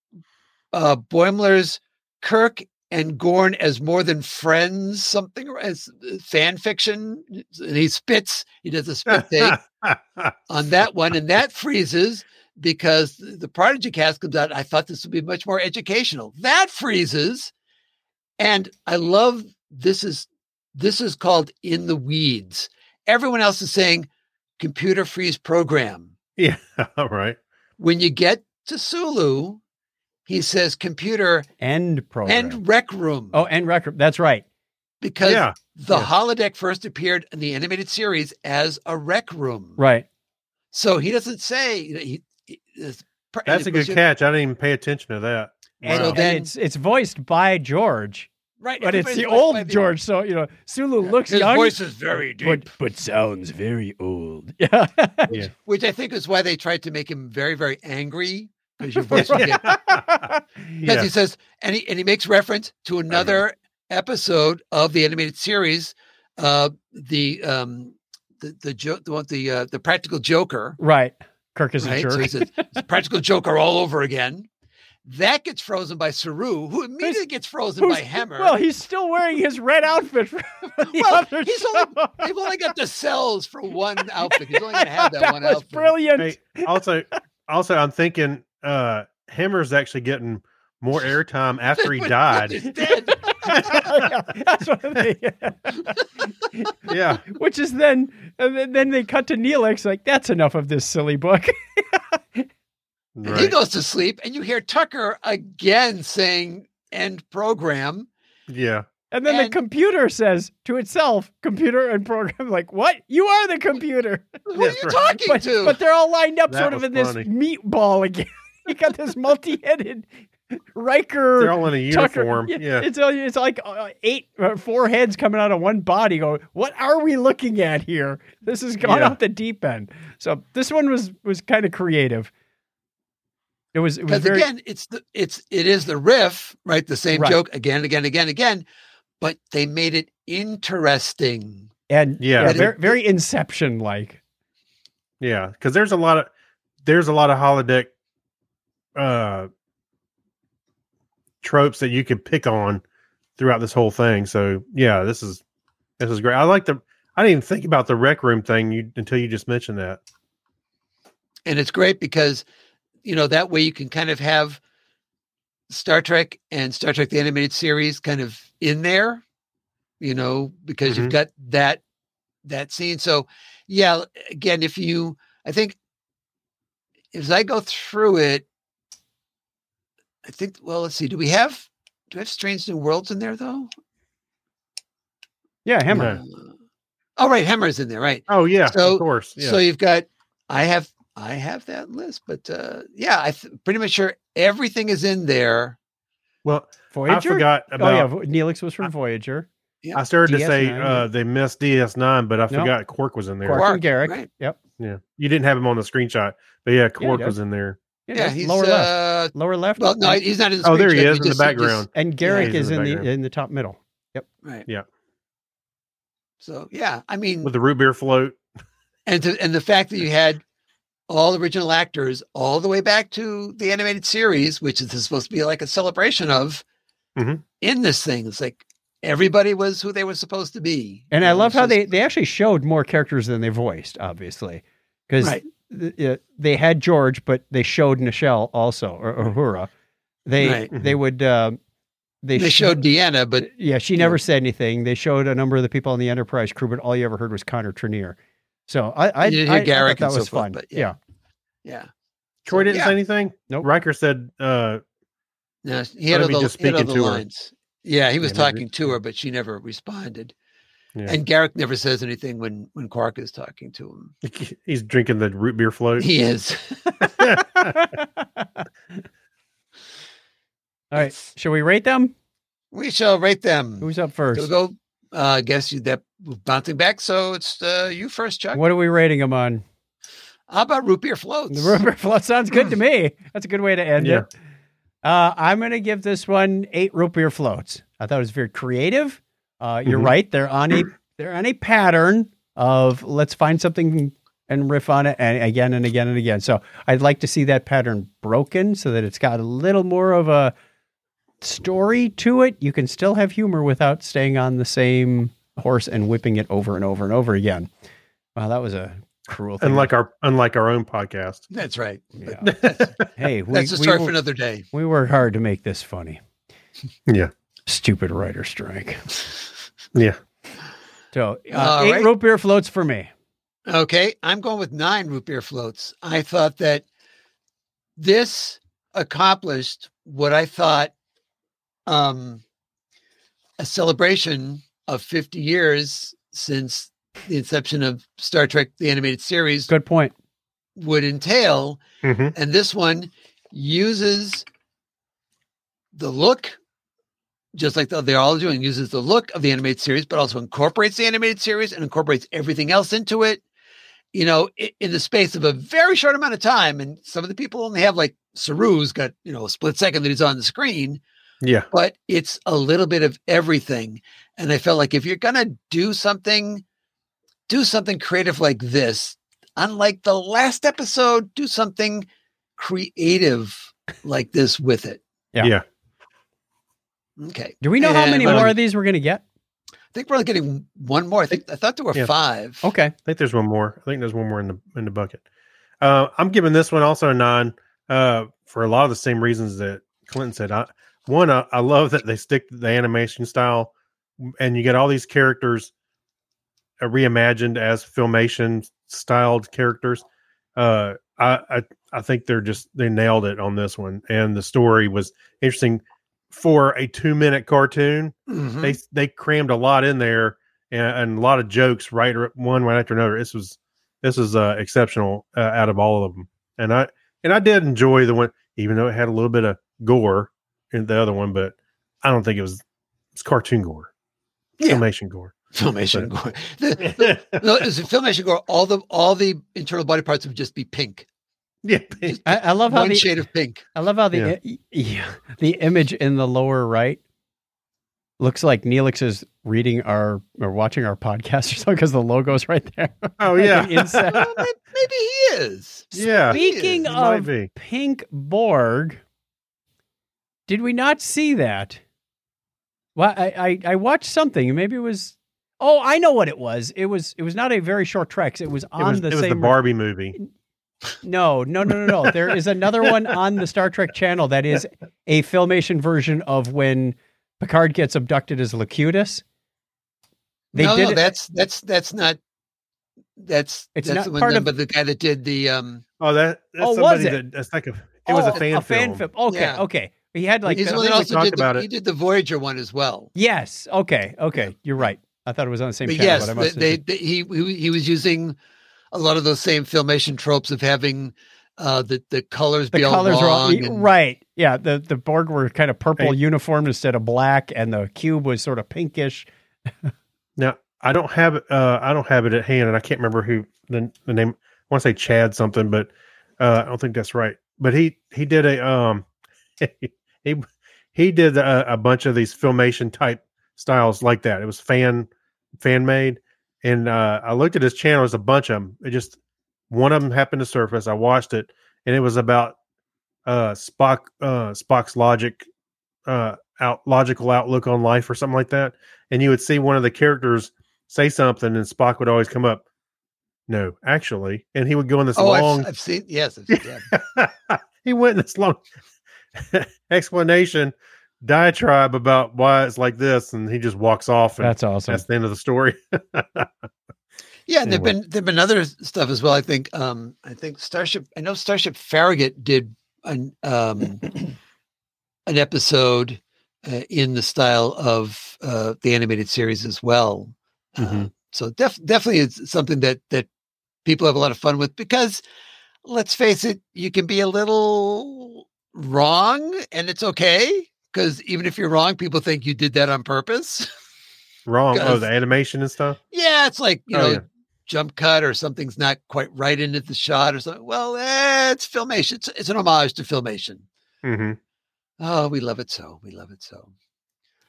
uh, Boimler's Kirk and Gorn as more than friends, something or as uh, fan fiction. And he spits, he does a spit take on that one, and that freezes because th- the Prodigy cast comes out. I thought this would be much more educational. That freezes, and I love this is this is called in the weeds. Everyone else is saying computer freeze program yeah, all right. when you get to Sulu. He says computer end program. and rec room oh, end record. That's right. because Yeah, the yeah. holodeck first appeared in the animated series as a rec room. Right. So he doesn't say you know, he, he- it's pr- and that's it a puts good you- catch. I didn't even pay attention to that. And, So and then- it's it's voiced by George, Right, but it's everybody's the voiced old by the- George. So you know Sulu looks His young, voice is very deep, but but sounds very old. Yeah. which I think is why they tried to make him very, very angry because your voice would get. Because yeah. he says, and he and he makes reference to another episode of the animated series, uh, the um, the the jo- the one the uh, the Practical Joker. Right. Kirk is a right? jerk. So he says, it's Practical Joker all over again. That gets frozen by Saru, who immediately gets frozen by Who's- Hammer. Well, he's still wearing his red outfit from the Well, other he's show. They've only got the cells for one outfit. He's only going to have that, that one was outfit. brilliant. Hey, also, also, I'm thinking uh Hammer's actually getting more airtime after he But died. he's dead. Yeah, that's what they, yeah, which is then, and then, then they cut to Neelix like, that's enough of this silly book. And He right. goes to sleep, and you hear Tucker again saying "end program." yeah. And then And- the computer says to itself, computer and program, like, what? You are the computer. Who Yes, are you right. talking But, to? but they're all lined up That sort of was in this funny. meatball again. you got this multi-headed Riker. They're all in a Tucker, uniform. y- Yeah. It's, uh, it's like uh, eight, uh, four heads coming out of one body going, what are we looking at here? This has gone Yeah. off the deep end. So this one was, was kind of creative. It was, it was Because very, again, it's the it's it is the riff, right? The same Right. joke again, again, again, again. But they made it interesting. and Yeah. yeah, And it- very, very inception like. Yeah, because there's a lot of there's a lot of holodeck uh tropes that you could pick on throughout this whole thing. So yeah, this is this is great. I like the I didn't even think about the rec room thing you, until you just mentioned that. and it's great because you know that way you can kind of have Star Trek and Star Trek the animated series kind of in there, you know, because you've Mhm. got that that scene. So yeah, again, if you I think as I go through it, I think well, let's see, do we have do we have Strange New Worlds in there though? Yeah. Hammer. No. Uh, oh right, Hammer's in there, right. Oh yeah, So- of course. Yeah. So you've got I have I have that list, but uh yeah, I th- pretty much sure everything is in there. well, Voyager. I forgot oh yeah. about Vo- Neelix was from Voyager. yeah, I started to say DS9, yeah. uh they missed DS9, but I No. forgot Quark was in there. Quark, Quark, and Garrick. right. Yep. Yeah. You didn't have him on the screenshot, but yeah, Quark does. was in there. Yeah, that's he's lower left. uh Lower left. well no, he's not in the Oh, there he screenshot, is in just- the he just- background. and Garrick he's is in in the the background. in the top middle. right. Yeah. So yeah, I mean With the root beer float. and to, and the fact that you had all original actors all the way back to the animated series, which is supposed to be like a celebration of Mhm. in this thing. It's like everybody was who they were supposed to be. And you I know, love so how it's- they they actually showed more characters than they voiced, obviously, because Right. they had George, but they showed Nichelle also or, or Uhura. They Right. Mm-hmm. they would um, they, they sho- showed Deanna, but yeah, she never said anything. They showed a number of the people on the Enterprise crew, but all you ever heard was Connor Trenier. So I, I, You did hear I- I thought Garrick that and so was forth, fun. but yeah. yeah. Yeah. Troy didn't Yeah. say anything. Nope. Riker said, uh, No, he had Or maybe other, just he had speaking other to her. lines. Yeah, he was Yeah, maybe. talking to her, but she never responded. Yeah. And Garrick never says anything when when Quark is talking to him. he's drinking the root beer float. He is. All right. Shall we rate them? We shall rate them. Who's up So first? go. Uh, I guess you that we're bouncing back. So it's uh, you first, Chuck. What are we rating them on? How about root beer floats? The rumor float sounds good to me. That's a good way to end Yeah. it. Uh, I'm going to give this one eight root beer floats. I thought it was very creative. Uh, you're Mhm. right. They're on a they're on a pattern of let's find something and riff on it and again and again and again. So I'd like to see that pattern broken so that it's got a little more of a story to it. You can still have humor without staying on the same horse and whipping it over and over and over again. Wow, that was a cruel thing. unlike our unlike our own podcast. That's right. Yeah. hey, we, That's a we story wor- for another day. we worked hard to make this funny. Yeah. Stupid writer strike. Yeah. So uh, All eight right. root beer floats for me. Okay, I'm going with nine root beer floats. I thought that this accomplished what I thought um, a celebration of 50 years since the inception of Star Trek, the animated series, Good point. would entail. hmm And this one uses the look, just like the, they're all doing, uses the look of the animated series, but also incorporates the animated series and incorporates everything else into it. You know, i- in the space of a very short amount of time, and some of the people only have like Saru's got, you know, a split second that he's on the screen, Yeah. but it's a little bit of everything. And I felt like if you're going to do something, do something creative like this, unlike the last episode, do something creative like this with it. Yeah. Yeah. Okay. Do we know how And- many but more I'm- of these we're going to get? I think we're only getting one more. I think I thought there were Yeah. five. Okay. I think there's one more. I think there's one more in the in the bucket. Uh, I'm giving this one also a nine uh, for a lot of the same reasons that Clinton said. I, one, I, I love that they stick to the animation style, and you get all these characters uh, reimagined as filmation styled characters. Uh, I, I I think they're just they nailed it on this one, and the story was interesting for a two minute cartoon Mhm. they they crammed a lot in there and, and a lot of jokes right or- one right after another. This was this was uh, exceptional uh, out of all of them, and I and I did enjoy the one, even though it had a little bit of gore in the other one, but I don't think it was it's cartoon gore, Yeah. animation gore. Filmation gore. The, no, it was filmation gore. All the all the internal body parts would just be pink. yeah, I, I love how One the shade of pink. I love how the Yeah. i- yeah, the image in the lower right looks like Neelix is reading our or watching our podcast or something because the logo's right there. oh Like yeah, an insect. Well, may- maybe he is. yeah. Speaking He Might of be. Pink Borg. Did we not see that? Well, I, I I watched something. Maybe it was. Oh, I know what it was. It was it was not a very short trek. It was It on was, the it was same. the Barbie movie. No, no, no, no, no. there is another one on the Star Trek channel that is a filmation version of when Picard gets abducted as Locutus. They no, did no, it- that's that's that's not. That's It's that's not the one part done of- by the guy that did the um. Oh, that that's Oh, was somebody it? that that's like a it was a Oh, fan film. Okay, Yeah. okay. He had like he's the- the one that think we also talked did about the, it. he did the Voyager one as well. yes. Okay, okay. You're right. I thought it was on the same But channel. yes, but I they, must have- they, they- he he he was using a lot of those same filmation tropes of having uh the the colors the be all colors were all wrong y- and- right. Yeah, the the Borg were kind of purple Right. uniformed instead of black, and the cube was sort of pinkish. Now I don't have it. Uh, I don't have it at hand, and I can't remember who the the name. I want to say Chad something, but uh, I don't think that's right. But he he did a um he he did a, a bunch of these filmation type styles like that. It was fan fan made, and uh, I looked at his channel. There's a bunch of them. It just one of them happened to surface. I watched it, and it was about uh, Spock uh, Spock's logic uh, out logical outlook on life or something like that and you would see one of the characters say something, and Spock would always come up, "No, actually," and he would go in this Oh, long. I've, I've seen yes, I've seen, yeah. he went in this long explanation diatribe about why it's like this, and he just walks off, and that's, That's awesome. the end of the story. Yeah, and there've Anyway. been there've been other s- stuff as well. I think um I think Starship I know Starship Farragut did an um an episode uh, in the style of uh the animated series as well. Uh, Mhm. so def- definitely it's something that that people have a lot of fun with because let's face it, you can be a little wrong and it's okay because even if you're wrong, people think you did that on purpose. Wrong. Oh, Guys. the animation and stuff. Yeah, it's like you Oh, know, yeah. jump cut or something's not quite right into the shot or something. Well, eh, it's filmation. It's, it's an homage to filmation. hmm Oh, we love it so. We love it so.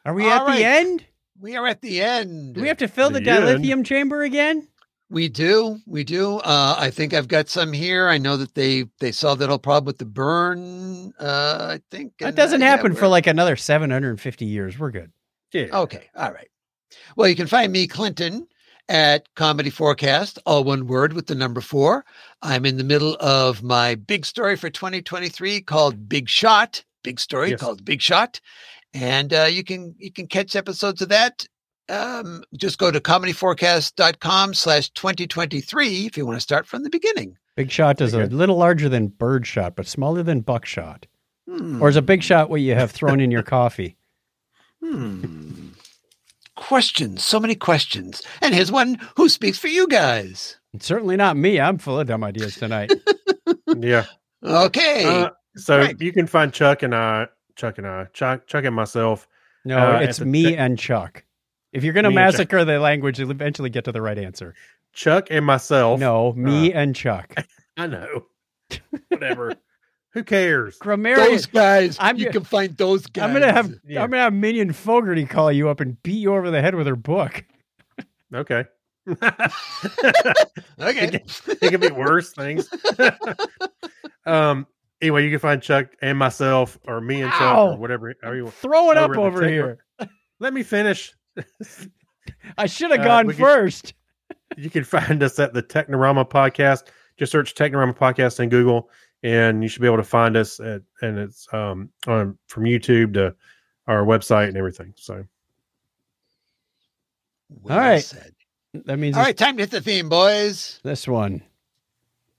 Are we All at right. the end? We are at the end. Do we have to fill the, The end. dilithium chamber again? We do. We do. Uh, I think I've got some here. I know that they they solved that whole problem with the burn. Uh, I think That and, doesn't uh, yeah, happen for we're- like another 750 years. We're good. Yeah. Okay. All right. Well, you can find me, Clinton, at Comedy Forecast, all one word with the number four. I'm in the middle of my big story for 2023 called Big Shot. Big story Yes. called Big Shot, and uh, you can you can catch episodes of that. Um, just go to comedyforecast.com slash 2023 if you want to start from the beginning. Big shot is a Okay. little larger than bird shot, but smaller than buckshot. Hmm. Or is a big shot what you have thrown in your coffee? Hmm. questions, so many questions. And here's one who speaks for you guys. It's certainly not me. I'm full of dumb ideas tonight. Yeah. Okay. Uh, so Greg. you can find Chuck and I, Chuck and I, Chuck, Chuck and myself. No, Uh, it's it's a- me and Chuck. If you're going to Me and Chuck. massacre the language, you'll eventually get to the right answer. Chuck and myself. No, me and Chuck. I know. Whatever. Who cares? Grammarian. those guys. I'm you go- can find those guys. I'm gonna have Yeah. I'm gonna have Minion Fogarty call you up and beat you over the head with her book. Okay. okay. it could be worse things. um. Anyway, you can find Chuck and myself, or me and Chuck, Ow. or whatever. however you want. Throw it Over up at the over table. here. Let me finish. I should have Uh, gone we could- first. you can find us at the Technorama podcast. Just search Technorama podcast in Google, and you should be able to find us at and it's um on from YouTube to our website and everything. So Well All right. said. That means All right, time to hit the theme, boys. this one.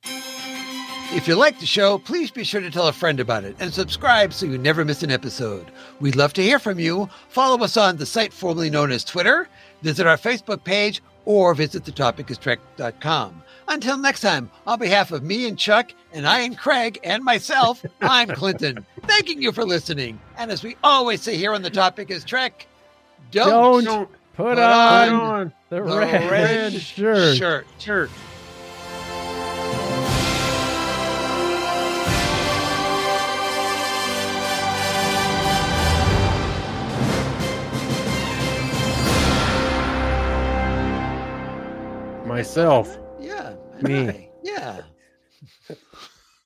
If you like the show, please be sure to tell a friend about it and subscribe so you never miss an episode. We'd love to hear from you. Follow us on the site formerly known as Twitter, visit our Facebook page, or visit thetopicistrek.com. Until next time, on behalf of me and Chuck, and I and Craig, and myself, I'm Clinton, thanking you for listening. And as we always say here on The Topic is Trek, Don't, put, put on, on the, the red, red shirt. shirt. Sure. Myself. Yeah. Me. I- Yeah.